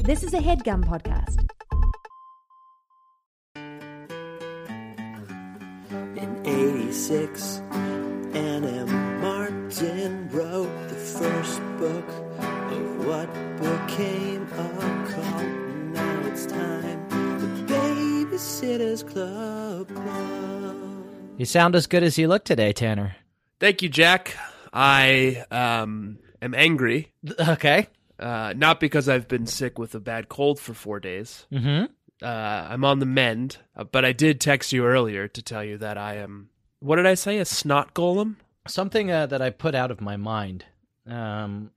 This is a headgum podcast. In 86, Anna Martin wrote the first book of what became a cult. Now it's time, the Babysitter's Club. Club. You sound as good as you look today, Tanner. Thank you, Jack. I um, am angry, Okay. uh, not because I've been sick with a bad cold for four days. Mm-hmm. Uh, I'm on the mend, uh, but I did text you earlier to tell you that I am. What did I say? A snot golem? Something uh, that I put out of my mind. Um,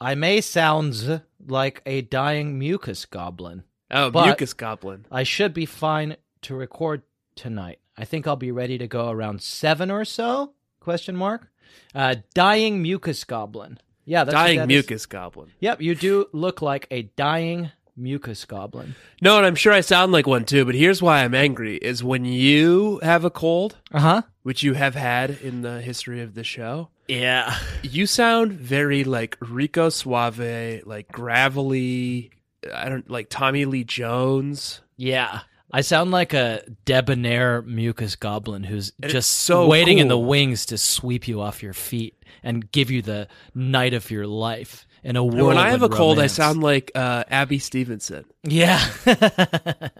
I may sound z- like a dying mucus goblin. Oh, But- mucus goblin. I should be fine to record tonight. I think I'll be ready to go around seven or so? Question mark. Uh, dying mucus goblin. Yeah, that's what Dying that is. mucus goblin. Yep, you do look like a dying mucus goblin. No, and I'm sure I sound like one too. But here's why I'm angry: is when you have a cold, Uh huh. which you have had in the history of the show, Yeah. You sound very like Rico Suave, like gravelly. I don't like Tommy Lee Jones. Yeah. I sound like a debonair mucus goblin who's And it's just so waiting in the cool. wings to sweep you off your feet and give you the night of your life in a And world. when I have a cold, I sound like uh, Abby Stevenson. yeah.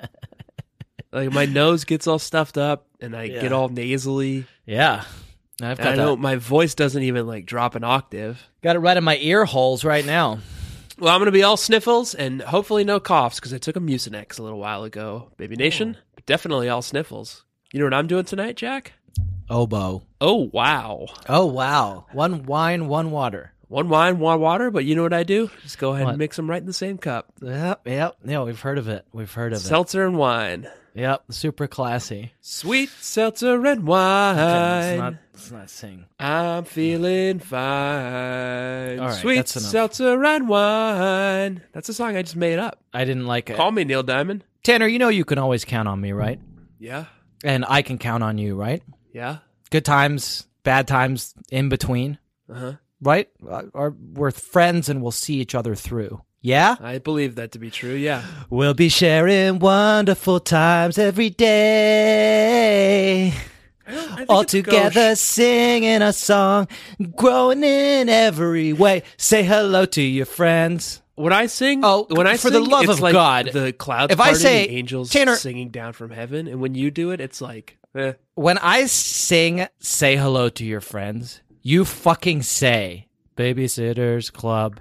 Like my nose gets all stuffed up, and I Yeah. get all nasally. yeah. I've And I got don't. that. My voice doesn't even like drop an octave. Got it right in my ear holes right now. Well, I'm gonna be all sniffles and hopefully no coughs because I took a Mucinex a little while ago, Baby Nation. Oh. But definitely all sniffles. You know what I'm doing tonight, Jack? Oboe. Oh wow! Oh wow. One wine, one water. One wine, one water. But you know what I do? Just go ahead What? and mix them right in the same cup. Yep, yep. Yeah, we've heard of it. We've heard of Seltzer and wine. it. Yep. Super classy. Sweet seltzer Let's and wine. not, let's not sing. I'm feeling fine. All right, Sweet that's enough. seltzer and wine. That's a song I just made up. I didn't like it. Call me Neil Diamond. Tanner, you know you can always count on me, right? Yeah. And I can count on you, right? Yeah. Good times, bad times, in between, Uh-huh. right? Uh, Are we're friends and we'll see each other through. Yeah? I believe that to be true. Yeah. We'll be sharing wonderful times every day. I don't- I think All it's together gauche. singing a song, growing in every way. Say hello to your friends. When I sing, Oh, when I for the sing, love it's of like God. the clouds If I parting, say, the angels Tanner- singing down from heaven, and when you do it, it's like, eh. When I sing Say Hello to Your Friends, you fucking say Babysitters Club.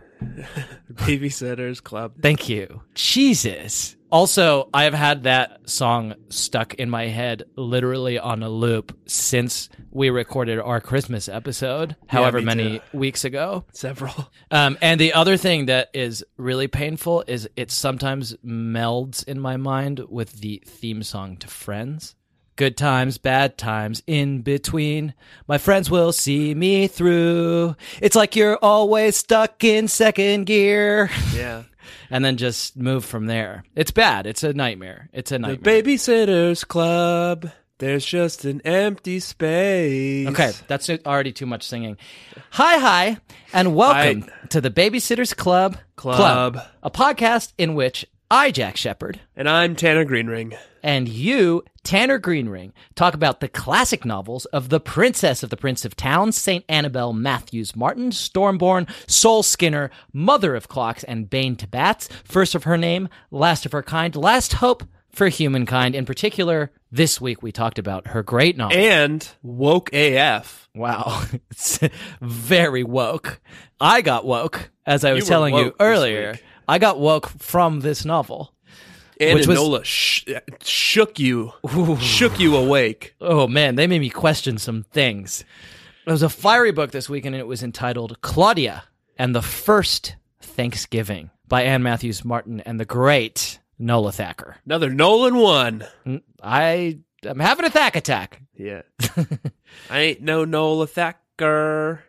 babysitters club. Thank you. Jesus. Also, I have had that song stuck in my head literally on a loop since we recorded our Christmas episode, however me many too. weeks ago. Several. Um, and the other thing that is really painful is it sometimes melds in my mind with the theme song to Friends. Good times, bad times, in between. My friends will see me through. It's like you're always stuck in second gear. Yeah. and then just move from there. It's bad. It's a nightmare. It's a The nightmare. babysitters club. There's just an empty space. Okay, that's already too much singing. Hi, hi, and welcome to the Babysitters Club, Club. a podcast in which I, Jack Shepard, And I'm Tanner Greenring. and you, Tanner Greenring, talk about the classic novels of The Princess of the Prince of Towns, St. Annabel, Matthews Martin, Stormborn, Soul Skinner, Mother of Clocks, and Bane to Bats, First of Her Name, Last of Her Kind, Last Hope for Humankind. In particular, this week we talked about her great novel. And woke AF. Wow. It's very woke. I got woke, as I was were telling you woke this earlier. week. I got woke from this novel. And Which was- Enola sh- shook you, shook you awake. Oh man, they made me question some things. There was a fiery book this weekend and it was entitled Claudia and the First Thanksgiving by Anne Matthews Martin and the great Nola Thacker. Another Nolan one. I am having a thack attack. Yeah. I ain't no Nola Thacker.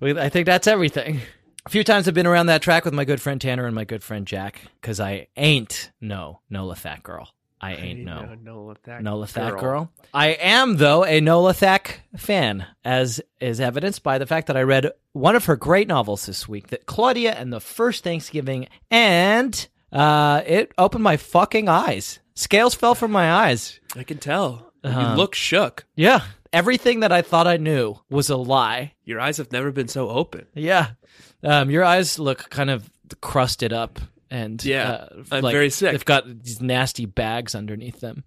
Well, I think that's everything. A few times I've been around that track with my good friend Tanner and my good friend Jack because I ain't no Nola Fat Girl. I ain't no. Nola Thack. Nola Thack girl. I am, though, a Nola Thack fan, as is evidenced by the fact that I read one of her great novels this week, that Claudia and the First Thanksgiving, and uh, it opened my fucking eyes. Scales fell from my eyes. I can tell. Uh-huh. You look shook. Yeah. Everything that I thought I knew was a lie. Your eyes have never been so open. Yeah. Um, your eyes look kind of crusted up and Yeah. uh, I'm like, very sick. They've got these nasty bags underneath them.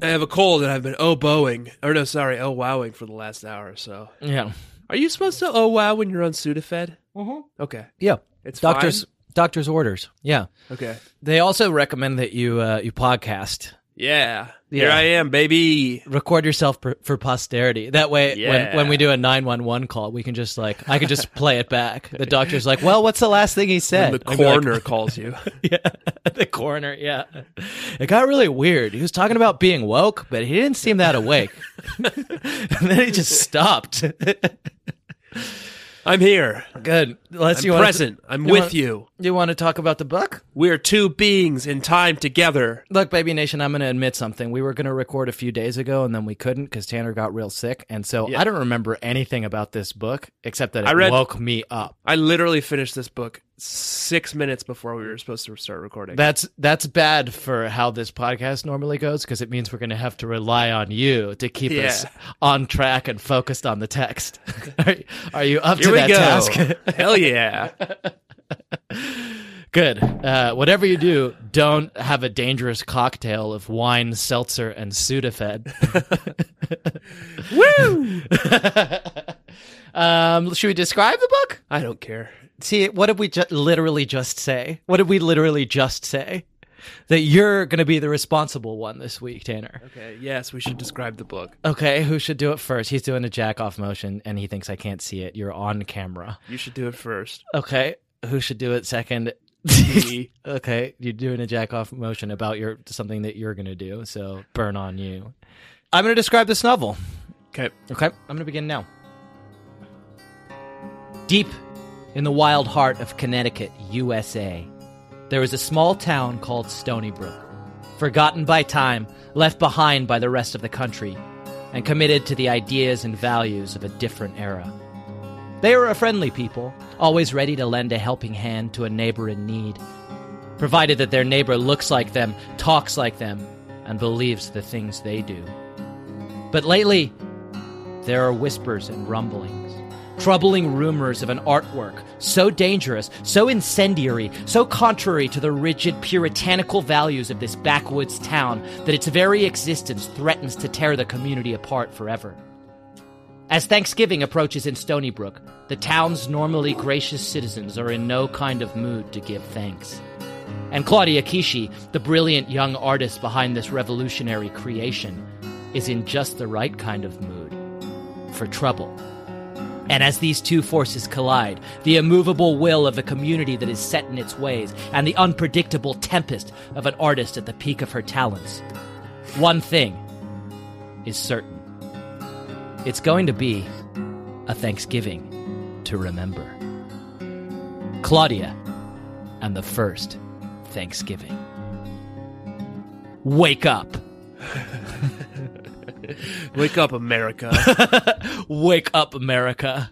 I have a cold and I've been oh bowing. Or no, sorry, oh wowing for the last hour or so. Yeah. Are you supposed to oh wow when you're on Sudafed? Mm-hmm. Okay. Yeah. It's doctors fine? doctors orders. Yeah. Okay. They also recommend that you uh, you podcast. Yeah. Here Yeah. I am, baby. Record yourself per, for posterity. That way, when, Yeah. when we do a nine one one call, we can just like I can just play it back. The doctor's like, "Well, what's the last thing he said?" And the I'd be like, coroner calls you. yeah, the coroner. Yeah, it got really weird. He was talking about being woke, but he didn't seem that awake. and then he just stopped. I'm here. Good. Unless I'm you present. I'm you with want- you. Want, you want to talk about the book? We're two beings in time together. Look, Baby Nation, I'm going to admit something. We were going to record a few days ago, and then we couldn't because Tanner got real sick. And so I don't remember anything about this book except that it I read- woke me up. I literally finished this book six minutes before we were supposed to start recording. That's that's bad for how this podcast normally goes because it means we're going to have to rely on you to keep Yeah. us on track and focused on the text. are, are you up here to we that go. task? Hell yeah. Good. Uh, whatever you do, don't have a dangerous cocktail of wine, seltzer, and Sudafed. Woo! Um, should we describe the book? I don't care. See, what did we ju- literally just say? What did we literally just say? That you're going to be the responsible one this week, Tanner. Okay, yes, we should describe the book. Okay, who should do it first? He's doing a jack off motion and he thinks I can't see it. You're on camera. You should do it first. Okay, who should do it second? Me. okay, you're doing a jack off motion about your something that you're going to do, so burn on you. I'm going to describe this novel. Okay. Okay, I'm going to begin now. Deep in the wild heart of Connecticut, USA, there is a small town called Stony Brook, forgotten by time, left behind by the rest of the country, and committed to the ideas and values of a different era. They are a friendly people, always ready to lend a helping hand to a neighbor in need, provided that their neighbor looks like them, talks like them, and believes the things they do. But lately, there are whispers and rumblings, troubling rumors of an artwork so dangerous, so incendiary, so contrary to the rigid puritanical values of this backwoods town that its very existence threatens to tear the community apart forever. As Thanksgiving approaches in Stony Brook, the town's normally gracious citizens are in no kind of mood to give thanks. And Claudia Kishi, the brilliant young artist behind this revolutionary creation, is in just the right kind of mood for trouble. And as these two forces collide, the immovable will of a community that is set in its ways and the unpredictable tempest of an artist at the peak of her talents, one thing is certain it's going to be a Thanksgiving to remember. Claudia and the first Thanksgiving. Wake up. Wake up, America. Wake up, America.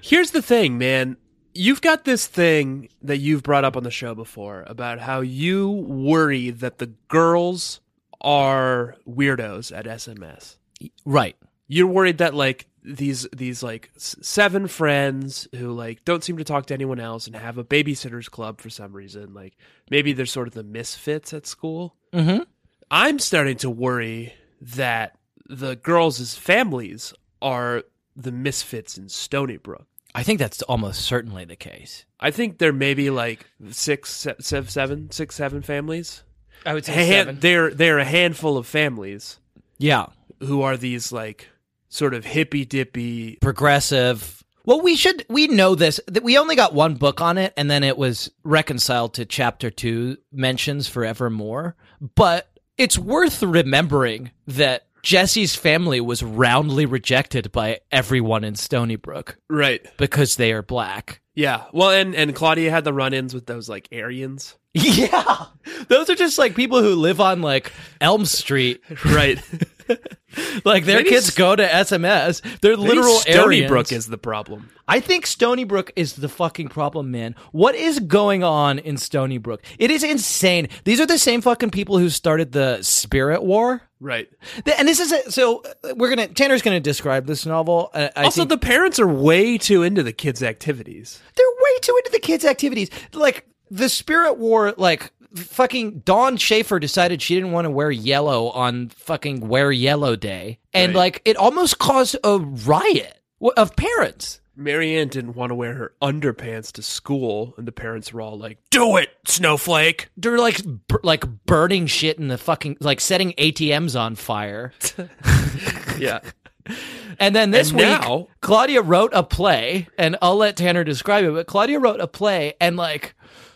Here's the thing, man. You've got this thing that you've brought up on the show before about how you worry that the girls are weirdos at SMS. Right. you're worried that like these these like s- seven friends who like don't seem to talk to anyone else and have a babysitters club for some reason like maybe they're sort of the misfits at school Mm-hmm. i'm starting to worry that the girls' families are the misfits in stony brook I think that's almost certainly the case. i think there may be like six se- se- seven six seven families I would A hand- they're they're a handful of families Yeah. who are these like sort of hippy dippy Progressive. Well, we should we know this that we only got one book on it, and then it was reconciled to chapter two mentions forevermore. But it's worth remembering that Jesse's family was roundly rejected by everyone in Stony Brook right because they are black. Yeah. Well, and and Claudia had the run-ins with those like Aryans. Yeah. Those are just like people who live on like Elm Street. Right. Like their Maybe kids s- go to SMS. They're literal Stony Aryans. Brook is the problem. I think Stony Brook is the fucking problem, man. What is going on in Stony Brook? It is insane. These are the same fucking people who started the Spirit War. Right. Th- And this is a, so uh, we're gonna Tanner's gonna describe this novel. Uh, I also think- the parents are way too into the kids' activities. they're way too into the kids' activities. Like the Spirit War, like fucking Dawn Schaefer decided she didn't want to wear yellow on fucking Wear Yellow Day, and Right. like it almost caused a riot w- of parents. Marianne didn't want to wear her underpants to school, and the parents were all like, "Do it, snowflake!" They're like bur- like burning shit in the fucking like setting ATMs on fire. Yeah. And then this And week, now- Claudia wrote a play, and I'll let Tanner describe it. But Claudia wrote a play, and like,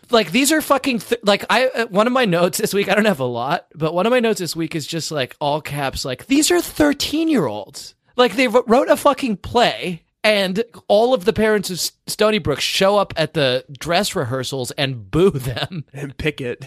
like these are fucking th- like I. uh, One of my notes this week, I don't have a lot, but one of my notes this week is just like all caps, like these are thirteen year olds. Like they wr- wrote a fucking play. And all of the parents of S- Stony Brook show up at the dress rehearsals and boo them. and Pickett.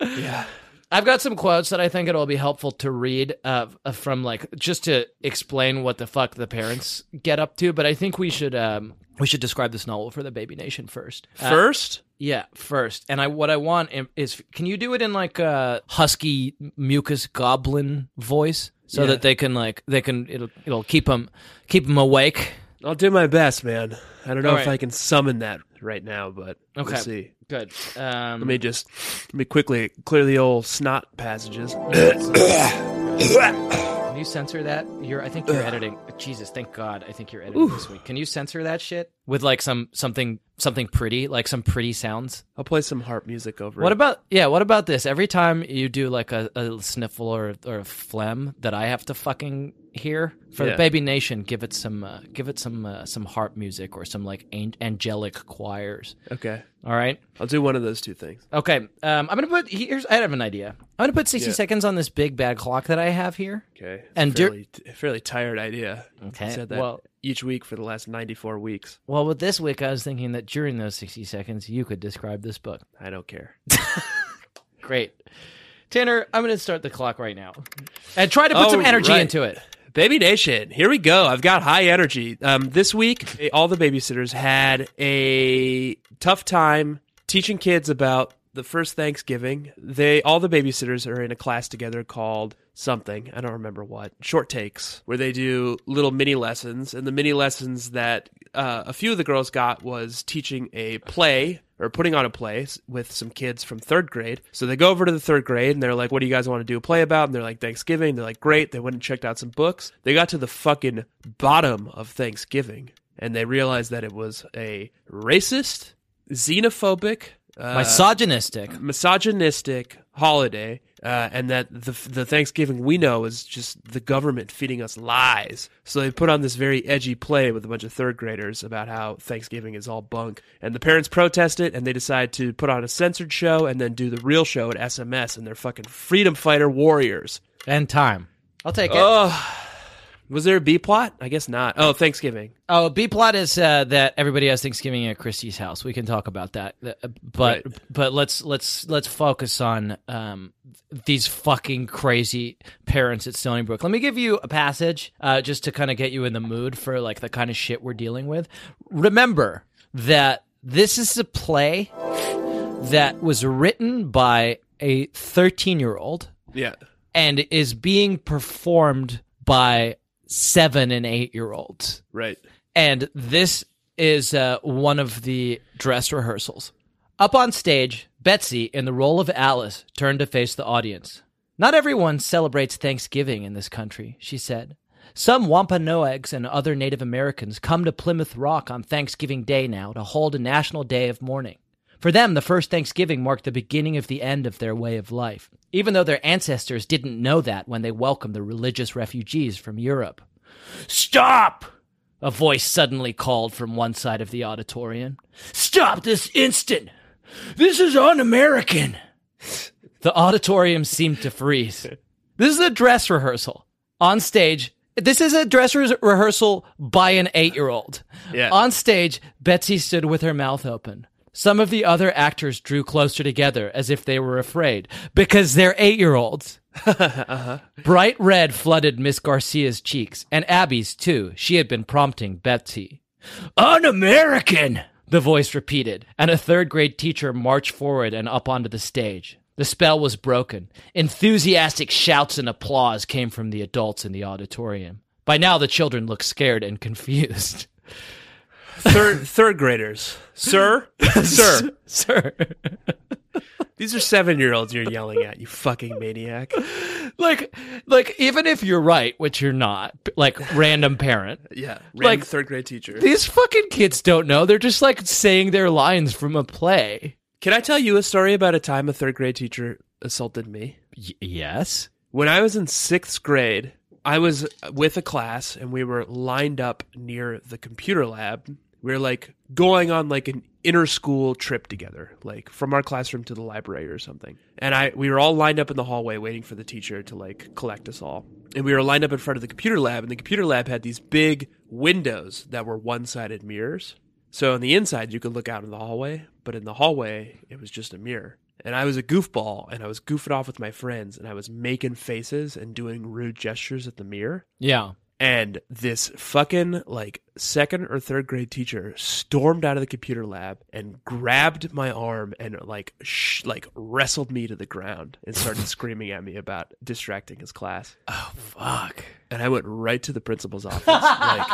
yeah. I've got some quotes that I think it'll be helpful to read uh, from, like, just to explain what the fuck the parents get up to. But I think we should um, we should describe this novel for the Baby Nation first. Uh, First, yeah, first. And I what I want im- is can you do it in like a husky mucus goblin voice so Yeah. that they can like they can it'll it'll keep them keep them awake. I'll do my best, man. I don't know if Alright. I can summon that right now, but Okay. we'll see. Good. Um, Let me just let me quickly clear the old snot passages. Can you censor that? You're, I think you're editing. Jesus, thank God, I think you're editing this week. Can you censor that shit with like some something something pretty, like some pretty sounds? I'll play some harp music over What it. about yeah? What about this? Every time you do like a, a sniffle or or a phlegm that I have to fucking hear for the Yeah. baby nation, give it some uh, give it some uh, some harp music or some like an- angelic choirs. Okay. All right. I'll do one of those two things. Okay, um, I'm gonna put here's. I have an idea. I'm gonna put 60 Yeah. seconds on this big bad clock that I have here. Okay. It's And a dur- fairly, a fairly tired idea. Okay, Said that well- each week for the last 94 weeks. Well, with this week, I was thinking that during those 60 seconds, you could describe this book. I don't care. Great. Tanner, I'm going to start the clock right now and try to put some All energy right. into it. Baby Nation, here we go. I've got high energy. Um, this week, all the babysitters had a tough time teaching kids about the first Thanksgiving. They all the babysitters are in a class together called something I don't remember what short takes, where they do little mini lessons. And the mini lessons that uh, a few of the girls got was teaching a play or putting on a play s- with some kids from third grade. So they go over to the third grade and they're like, What do you guys want to do a play about? And they're like, Thanksgiving. They're like, Great. They went and checked out some books. They got to the fucking bottom of Thanksgiving and they realized that it was a racist, xenophobic, uh, Misogynistic. misogynistic holiday, uh, and that the the Thanksgiving we know is just the government feeding us lies. So they put on this very edgy play with a bunch of third graders about how Thanksgiving is all bunk, and the parents protest it, and they decide to put on a censored show and then do the real show at SMS, and they're fucking freedom fighter warriors. And time. I'll take it. Was there a B plot? I guess not. Oh, Thanksgiving. oh, B plot is uh, that everybody has Thanksgiving at Christie's house. We can talk about that. Uh, But Right. but let's let's let's focus on um, these fucking crazy parents at Stony Brook. Let me give you a passage uh, just to kind of get you in the mood for like the kind of shit we're dealing with. Remember that this is a play that was written by a 13 year old Yeah. and is being performed by seven and eight year olds. Right. And this is uh, one of the dress rehearsals. Up on stage, Betsy, in the role of Alice, turned to face the audience. Not everyone celebrates Thanksgiving in this country, she said. Some Wampanoags and other Native Americans come to Plymouth Rock on Thanksgiving Day now to hold a national day of mourning. For them, the first Thanksgiving marked the beginning of the end of their way of life, even though their ancestors didn't know that when they welcomed the religious refugees from Europe. Stop! A voice suddenly called from one side of the auditorium. Stop this instant! This is un American! The auditorium seemed to freeze. This is a dress rehearsal. On stage, This is a dress re- rehearsal by an eight year old. Yeah. On stage, Betsy stood with her mouth open. Some of the other actors drew closer together as if they were afraid because they're eight year olds. Bright red flooded Miss Garcia's cheeks and Abby's too. She had been prompting Betsy. Un American! The voice repeated, and a third grade teacher marched forward and up onto the stage. The spell was broken. Enthusiastic shouts and applause came from the adults in the auditorium. By now, the children looked scared and confused. Third third graders, sir, sir. Sir. These are seven year olds you're yelling at. You fucking maniac. Like, like, even if you're right, which you're not, like, random parent, Yeah, Like- like third grade teacher. these fucking kids don't know. They're just like saying their lines from a play. Can I tell you a story about a time a third grade teacher assaulted me? Y- yes. When I was in sixth grade, I was with a class and we were lined up near the computer lab. We were like going on like an inter school trip together, like from our classroom to the library or something. And I we were all lined up in the hallway waiting for the teacher to like collect us all. And we were lined up in front of the computer lab, and the computer lab had these big windows that were one sided mirrors. So on the inside, you could look out in the hallway, but in the hallway, it was just a mirror. And I was a goofball, and I was goofing off with my friends, and I was making faces and doing rude gestures at the mirror. Yeah. And this fucking like second or third grade teacher stormed out of the computer lab and grabbed my arm and like sh- like wrestled me to the ground and started screaming at me about distracting his class. Fuck. And I went right to the principal's office, like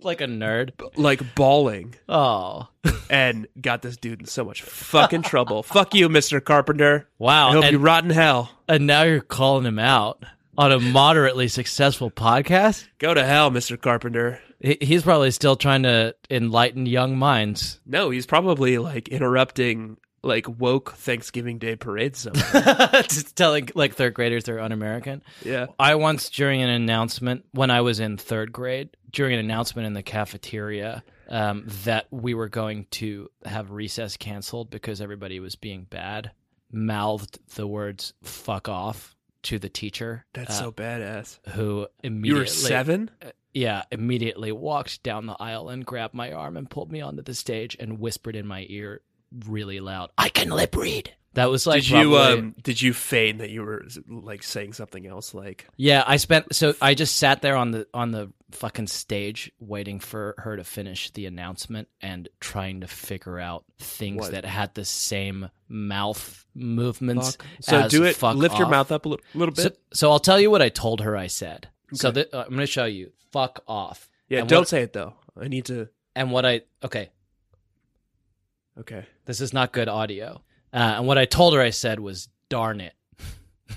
Like a nerd. like bawling. Oh. and got this dude in so much fucking trouble. Fuck you, Mr. Carpenter. Wow, I hope and- you rot in hell. And now you're calling him out on a moderately successful podcast? Go to hell, Mr. Carpenter. He- He's probably still trying to enlighten young minds. No, he's probably like interrupting like woke Thanksgiving Day parades somewhere. Just telling like third graders they're un-American. yeah. I once during an announcement when I was in third grade during an announcement in the cafeteria um, that we were going to have recess canceled because everybody was being bad. Mouthed the words "fuck off" to the teacher. That's uh, so badass. who immediately You were seven? Uh, yeah, immediately walked down the aisle and grabbed my arm and pulled me onto the stage and whispered in my ear really loud, I can lip read. That was like Did you probably- um did you feign that you were like saying something else like Yeah, I spent so I just sat there on the on the fucking stage waiting for her to finish the announcement and trying to figure out things What? that had the same mouth movements. fuck? So as do it fuck lift your off. mouth up a little, little So, bit. so I'll tell you what I told her I said. So Okay. that, uh, I'm going to show you. Fuck off. yeah, and don't what- say it though. I need to And what I okay, Okay. This is not good audio. Uh, and what I told her I said was, darn it,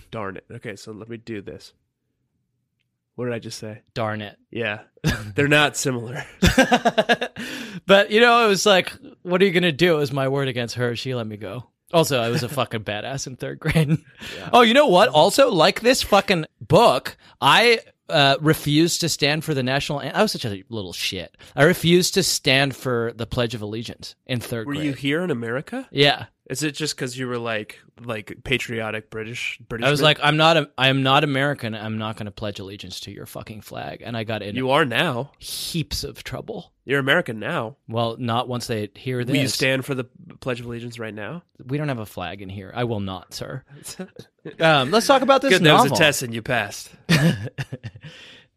Darn it. Okay, so let me do this. What did I just say? darn it. Yeah. They're not similar. but, you know, it was like, what are you going to do? It was my word against her. She let me go. Also, I was a fucking badass in third grade. Oh, you know what? Also, like this fucking book, I uh, refused to stand for the national. An- I was such a little shit. I refused to stand for the Pledge of Allegiance in third Were grade. you here in America? yeah. Is it just because you were like like patriotic British British? I was like, I'm not, a, I'm not American. I'm not going to pledge allegiance to your fucking flag. And I got in you are now. heaps of trouble. You're American now. Well, not once they hear this. Will you stand for the Pledge of Allegiance right now? We don't have a flag in here. I will not, sir. Um, let's talk about this Good, that novel. was a test and you passed.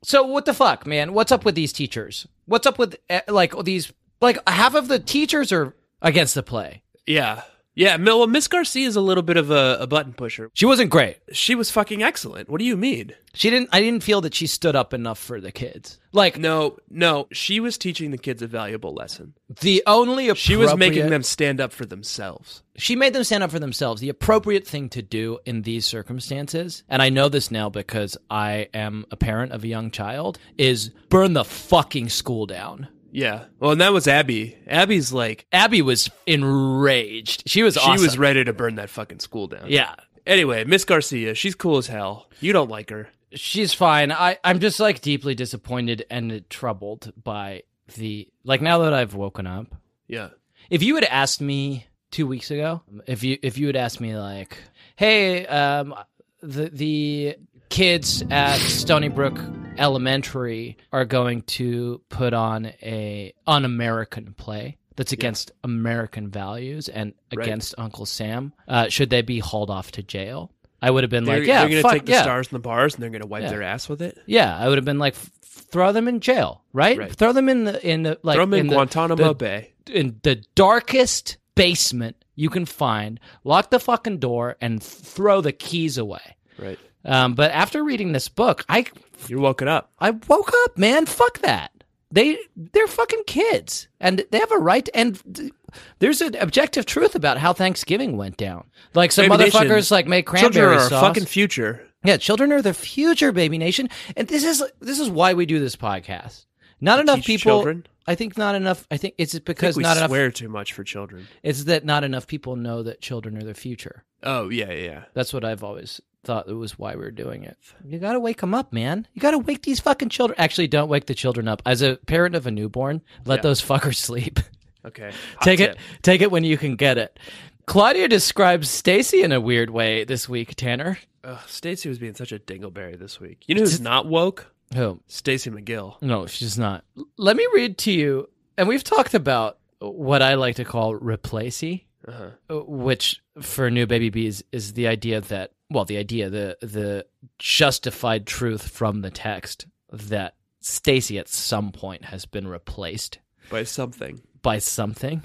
So what the fuck, man? What's up with these teachers? What's up with eh, like all these? Like half of the teachers are against the play. Yeah, yeah. Mil- Well, Miss Garcia is a little bit of a, a button pusher. She wasn't great. She was fucking excellent. What do you mean? She didn't. I didn't feel that she stood up enough for the kids. Like No, no. She was teaching the kids a valuable lesson. the only She was making appropriate- them stand up for themselves. she made them stand up for themselves. The appropriate thing to do in these circumstances, and I know this now because I am a parent of a young child, is burn the fucking school down. Yeah. Well, and that was Abby. Abby's like Abby was enraged. She was awesome. she was ready to burn that fucking school down. yeah. Anyway, Miss Garcia, she's cool as hell. You don't like her. She's fine. I, I'm just like deeply disappointed and troubled by the like now that I've woken up. Yeah. If you had asked me two weeks ago, if you if you had asked me like, hey, um, the the kids at Stony Brook Elementary are going to put on a un-American play that's against American values and against Uncle Sam. Uh, should they be hauled off to jail? I would have been They're, like, yeah, they're gonna fuck, take the yeah. stars and the bars and they're gonna wipe Yeah. their ass with it. Yeah, I would have been like, f- throw them in jail, right? Right. Throw them in the in the like Throw them in, the- Guantanamo the- Bay. in the darkest basement you can find. Lock the fucking door and throw the keys away. Right. Um, but after reading this book, I You're woken up. I woke up, man. Fuck that. They they're fucking kids, and they have a right. And th- there's an objective truth about how Thanksgiving went down. Like some Baby Nation, motherfuckers like make Children cranberry are our sauce. fucking future. Yeah, children are the future, baby nation, and this is this is why we do this podcast. Not enough teach people. children? I think not enough. I think it's I because think we not enough. swear too much for children. It's that not enough people know that children are the future. Oh yeah, yeah, yeah. That's what I've always thought it was why we are doing it. You got to wake them up, man. You got to wake these fucking children. Actually, don't wake the children up. As a parent of a newborn, let Yeah. those fuckers sleep. Okay. take it take it when you can get it. Claudia describes Stacy in a weird way this week, Tanner. Ugh, Stacey was being such a dingleberry this week. You know who's not woke? Who? Stacey McGill. No, she's not. Let me read to you. And we've talked about what I like to call replacey, uh, Uh-huh. which for new baby bees is the idea that well, the idea the the justified truth from the text that Stacy at some point has been replaced By something. by something.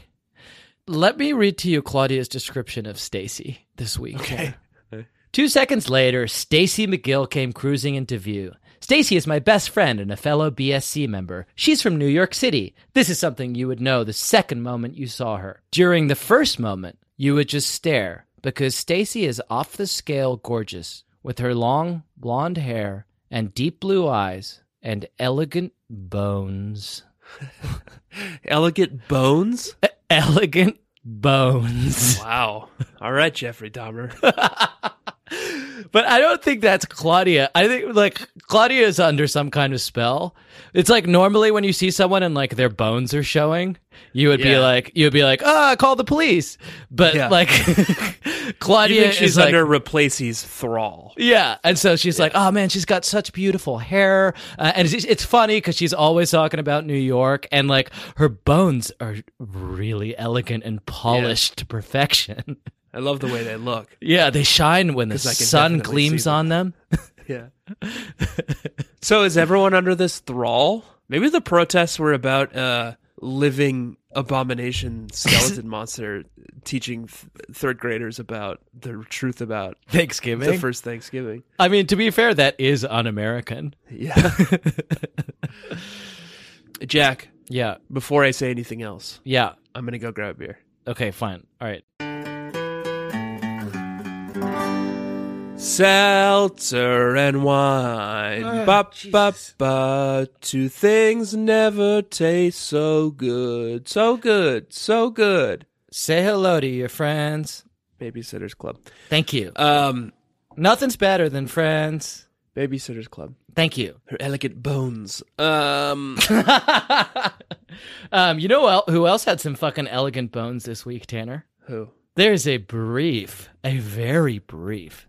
Let me read to you Claudia's description of Stacy this week. Okay. Two seconds later, Stacy McGill came cruising into view. Stacy is my best friend and a fellow BSC member. She's from New York City. This is something you would know the second moment you saw her. During the first moment, you would just stare because Stacy is off the scale gorgeous with her long blonde hair and deep blue eyes and elegant bones. Elegant bones? elegant bones. wow. All right, Jeffrey Dahmer. But I don't think that's Claudia. I think like Claudia is under some kind of spell. It's like normally when you see someone and like their bones are showing, you would be Yeah. like you would be like, "Ah, call the police." But Yeah. like You Claudia think she's is like under Replace's thrall. yeah, and so she's like, "Oh man, she's got such beautiful hair," uh, and it's, it's funny because she's always talking about New York, and like her bones are really elegant and polished to perfection. I love the way they look. yeah, they shine when the 'Cause I can sun definitely gleams see them. on them. Yeah. so is everyone under this thrall? Maybe the protests were about uh, living abomination skeleton monster teaching th- third graders about the truth about Thanksgiving. the first Thanksgiving. I mean, to be fair, that is un-American. Yeah. Jack, Yeah, before I say anything else, yeah. I'm going to go grab a beer. Okay, fine. All right. Seltzer and wine. ba, ba, ba. Two things never taste so good. So good. So good. Say hello to your friends. Babysitters Club. Thank you. Um, Nothing's better than friends. Babysitters Club. Thank you. Her elegant bones. Um, um, you know el- who else had some fucking elegant bones this week, Tanner? who? There's a brief, a very brief,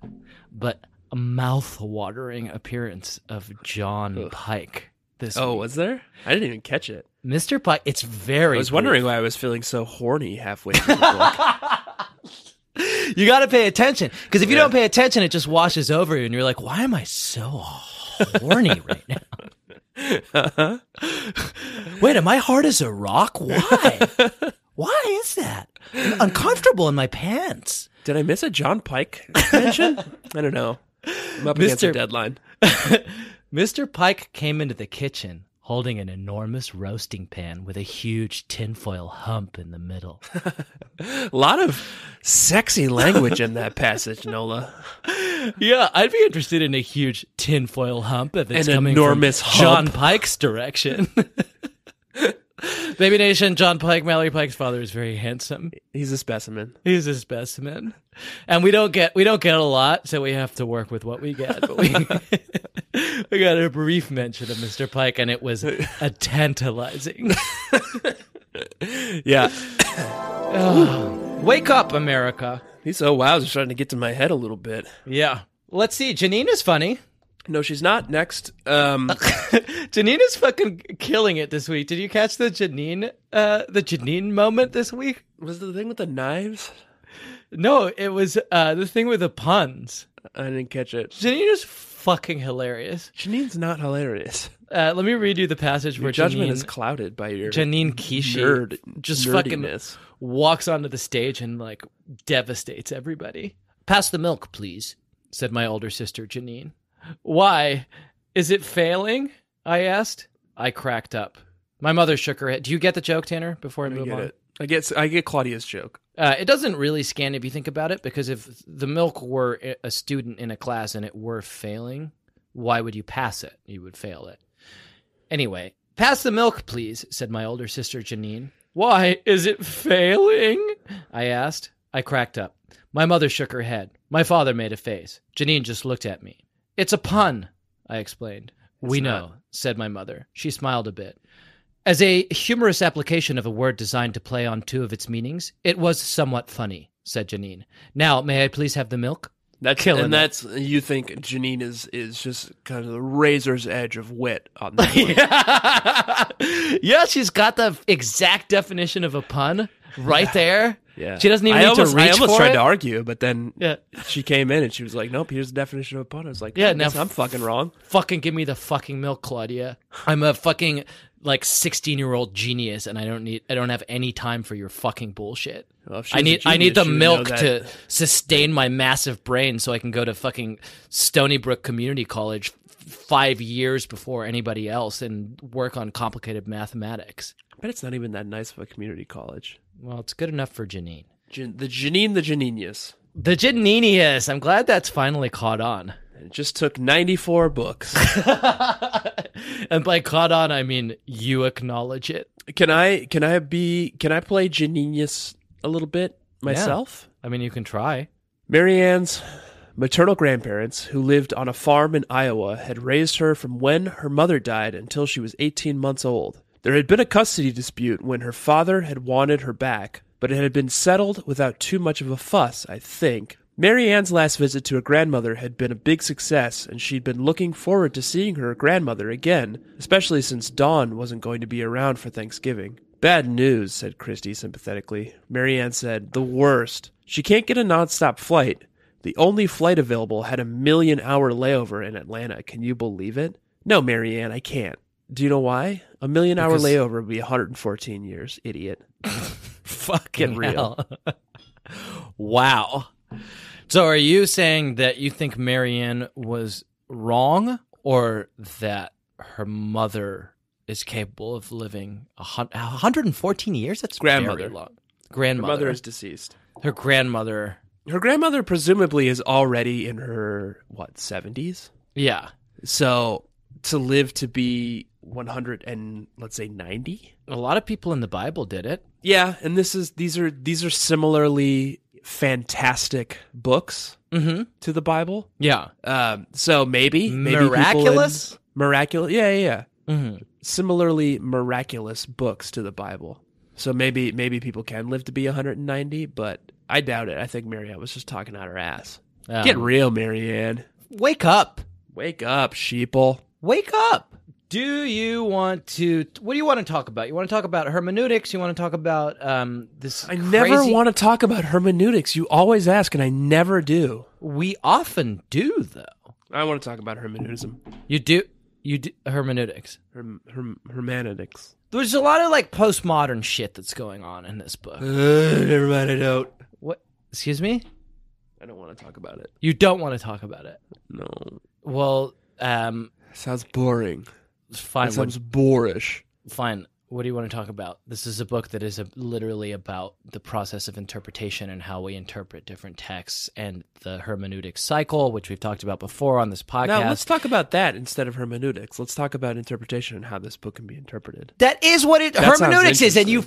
but mouth-watering appearance of John Pike this Oh, week. was there? I didn't even catch it. Mr. Pike. It's very. I was brief. wondering why I was feeling so horny halfway through the book. You got to pay attention because if you don't pay attention, it just washes over you, and you're like, "Why am I so horny right now?" Wait, am I hard as a rock? Why? Why is that? I'm uncomfortable in my pants. Did I miss a John Pike mention? I don't know. I'm up against Mr. a deadline. Mr. Pike came into the kitchen holding an enormous roasting pan with a huge tinfoil hump in the middle. A lot of sexy language in that passage, Nola. yeah, I'd be interested in a huge tinfoil hump if it's An coming enormous from John hump. Pike's direction. Baby Nation, John Pike, Mallory Pike's father is very handsome. He's a specimen. He's a specimen, and we don't get we don't get a lot, so we have to work with what we get. But we, we got a brief mention of Mr. Pike, and it was a tantalizing. Yeah. Wake up, America! These oh wows are starting to get to my head a little bit. Yeah, let's see. Janine is funny. No, she's not. Next. Um, Janina's fucking killing it this week. Did you catch the Janine uh the Janine moment this week? was the thing with the knives? No, it was uh the thing with the puns. I didn't catch it. Janina's fucking hilarious. Janine's not hilarious. Uh let me read you the passage where Your judgment Janine, is clouded by your Janine Kishi nerd, just fucking nerdiness. walks onto the stage and like devastates everybody. Pass the milk, please, said my older sister Janine. Why? Is it failing? I asked. I cracked up. My mother shook her head. Do you get the joke, Tanner, before I I move get on? it. I get. I get Claudia's joke. Uh, it doesn't really scan if you think about it, because if the milk were i- a student in a class and it were failing, why would you pass it? You would fail it. Anyway, pass the milk, please, said my older sister Janine. Why is it failing? I asked. I cracked up. My mother shook her head. My father made a face. Janine just looked at me. It's a pun, I explained. we know, said my mother. She smiled a bit. As a humorous application of a word designed to play on two of its meanings, it was somewhat funny, said Janine. Now, may I please have the milk? That's Killing and it. that's you think Janine is is just kind of the razor's edge of wit on that. one. yeah, she's got the exact definition of a pun right there. She doesn't even I need almost, to reach I almost for tried it. to argue, but then Yeah. she came in and she was like, "Nope, here's the definition of a pun." I was like, Yeah, "Yeah, now now I'm fucking wrong." fucking give me the fucking milk, Claudia. I'm a fucking like 16 year old genius, and I don't need, I don't have any time for your fucking bullshit. Well, if she I was a need, I need genius, the she would know milk that. to sustain my massive brain, so I can go to fucking Stony Brook Community College f- five years before anybody else and work on complicated mathematics. But it's not even that nice of a community college. Well, it's good enough for Janine. Jan- the Janine, the Janinius. The Janinius. I'm glad that's finally caught on. It just took 94 books. and by caught on, I mean you acknowledge it. can I can I be can I play Janinius a little bit myself? I mean, you can try. Marianne's maternal grandparents, who lived on a farm in Iowa, had raised her from when her mother died until she was 18 months old. There had been a custody dispute when her father had wanted her back, but it had been settled without too much of a fuss, I think. Mary Ann's last visit to her grandmother had been a big success, and she'd been looking forward to seeing her grandmother again, especially since Dawn wasn't going to be around for Thanksgiving. Bad news, said Christy sympathetically. Mary Ann said, The worst. She can't get a nonstop flight. The only flight available had a million hour layover in Atlanta. Can you believe it? No, Mary Ann, I can't. Do you know why? A million hour Because- layover would be 114 years, idiot. Fucking real. hell. wow. So are you saying that you think Marianne was wrong or that her mother is capable of living a hun- 114 years? That's Grandmother. very long. Her Grandmother. mother is deceased. her grandmother. Her grandmother presumably is already in her, what, 70s? Yeah. So to live to be 100 and, let's say, 90? A lot of people in the Bible did it. Yeah, and this is these are these are similarly fantastic books Mhm. to the Bible. Yeah. Um, so maybe, maybe people in- Miraculous? miraculous, Mm-hmm. yeah, yeah, yeah. Mhm. Similarly miraculous books to the Bible. So maybe maybe people can live to be 190, but I doubt it. I think Marianne was just talking out her ass. Um, Get real, Marianne. Wake up. Wake up, sheeple. Wake up. Do you want to? What do you want to talk about? You want to talk about hermeneutics? You want to talk about um, this? I never crazy- want to talk about hermeneutics. You always ask, and I never do. We often do though. I want to talk about hermeneutism, You do. You do hermeneutics. Herm- herm- hermeneutics. There's a lot of like postmodern shit that's going on in this book. never mind. I don't. What? Excuse me. I don't want to talk about it. You don't want to talk about it. No. Well, um, Sounds boring. fine. What, boorish. fine. What do you want to talk about? This is a book that is a, literally about the process of interpretation and how we interpret different texts and the hermeneutic cycle, which we've talked about before on this podcast. Now let's talk about that instead of hermeneutics. Let's talk about interpretation and how this book can be interpreted. That is what it That sounds hermeneutics is, and interesting. you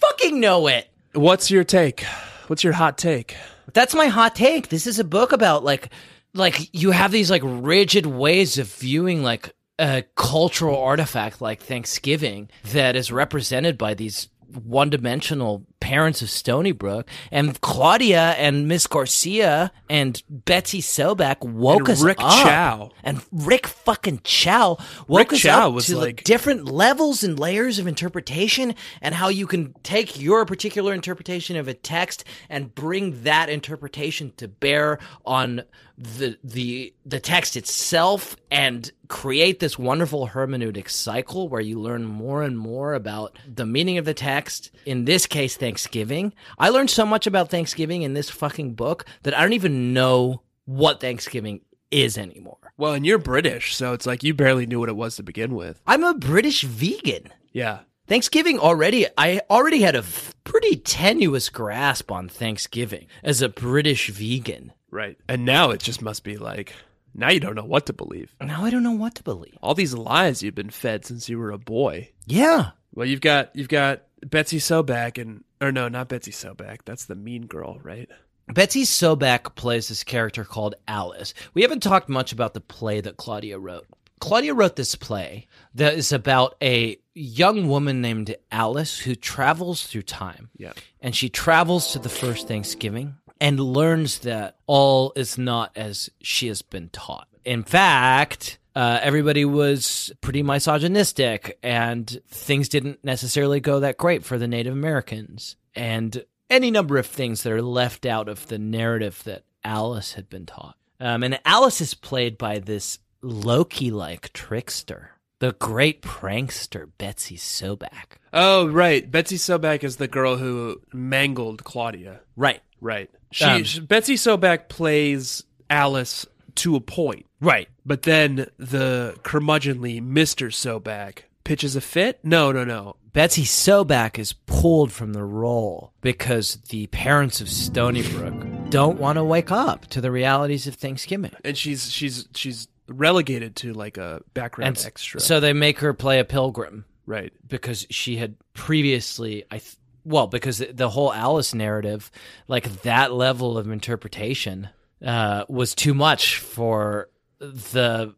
fucking know it. What's your take? What's your hot take? That's my hot take. This is a book about like, like you have these like rigid ways of viewing like a cultural artifact like Thanksgiving that is represented by these one dimensional parents of Stony Brook, and Claudia and Miss Garcia and Betsy Sobek woke And us Rick up. Chow. and Rick fucking Chow woke Rick us Chow up was to the like- different levels and layers of interpretation, and how you can take your particular interpretation of a text and bring that interpretation to bear on the the the text itself and create this wonderful hermeneutic cycle where you learn more and more about the meaning of the text in this case Thanksgiving. I learned so much about Thanksgiving in this fucking book that I don't even know what Thanksgiving is anymore. Well, and you're British, so it's like you barely knew what it was to begin with. I'm a British vegan. Yeah. Thanksgiving already, I already had a f- pretty tenuous grasp on Thanksgiving as a British vegan. Right. And now it just must be like, now you don't know what to believe. Now I don't know what to believe. All these lies you've been fed since you were a boy. Yeah. Well, you've got you've got Betsy Sobek and or no, not Betsy Sobek. That's the mean girl, right? Betsy Sobek plays this character called Alice. We haven't talked much about the play that Claudia wrote. Claudia wrote this play that is about a young woman named Alice who travels through time. Yeah. And she travels to the first Thanksgiving and learns that all is not as she has been taught. In fact, uh, everybody was pretty misogynistic and things didn't necessarily go that great for the Native Americans. And any number of things that are left out of the narrative that Alice had been taught. Um, and Alice is played by this Loki like trickster, the great prankster, Betsy Sobak. Oh, right. Betsy Sobek is the girl who mangled Claudia. Right. Right. She, Um, she- Betsy Sobek plays Alice to a point, Right. but then the curmudgeonly Mister Sobek pitches a fit. No, no, no. Betsy Sobak is pulled from the role because the parents of Stony Brook don't want to wake up to the realities of Thanksgiving. And she's she's she's relegated to like a background s- extra. so they make her play a pilgrim right. because she had previously I th- well because the, the whole Alice narrative like that level of interpretation uh was too much for the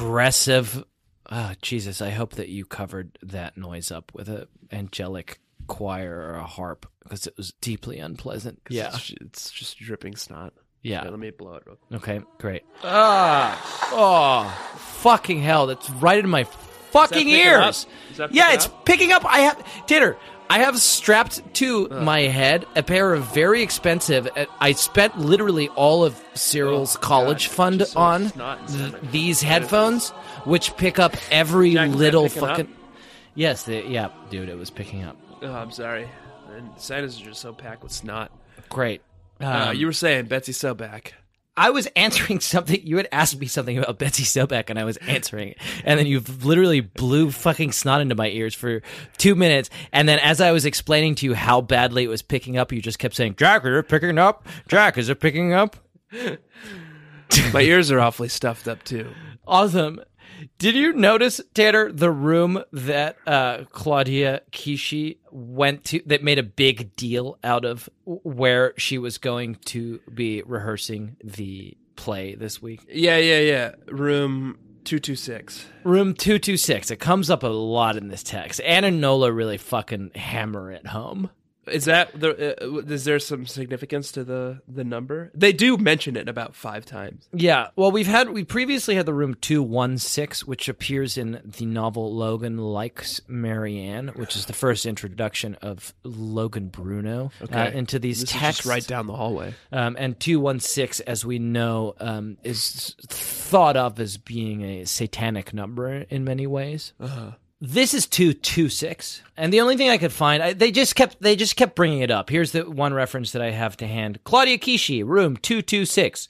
regressive oh Jesus I hope that you covered that noise up with a angelic choir or a harp because it was deeply unpleasant 'Cause yeah It's, it's just dripping snot. yeah Here, let me blow it real quick. okay great ah oh fucking hell that's right in my fucking picking up? ears Is that yeah picking it's up? picking up. I have Tanner. I have strapped to Uh. my head a pair of very expensive. uh, I spent literally all of Cyril's college Oh, God, fund just so on snot and th- stomach. these headphones, which pick up every Jack, is that little picking up? fucking. Yes, they, yeah, dude, it was picking up. Oh, I'm sorry. And sinuses are just so packed with snot. Great. Uh, Um, you were saying Betsy Sobek. I was answering something. You had asked me something about Betsy Sobek, and I was answering it. And then you literally blew fucking snot into my ears for two minutes. And then as I was explaining to you how badly it was picking up, you just kept saying, Jack, is it picking up? Jack, is it picking up? My ears are awfully stuffed up too. Awesome. Did you notice, Tanner, the room that uh, Claudia Kishi went to that made a big deal out of where she was going to be rehearsing the play this week? Yeah, yeah, yeah. Room two two six. Room 226. It comes up a lot in this text. Anna Nola really fucking hammer it home. Is that the? Uh, is there some significance to the the number? They do mention it about five times. Yeah. Well, we've had, we previously had the room 216, which appears in the novel Logan Likes Marianne, which is the first introduction of Logan Bruno uh, into these This is texts. just right down the hallway. Um, and 216, as we know, um, is thought of as being a satanic number in many ways. This is 226. And the only thing I could find, I, they just kept they just kept bringing it up. Here's the one reference that I have to hand. Claudia Kishi, room 226.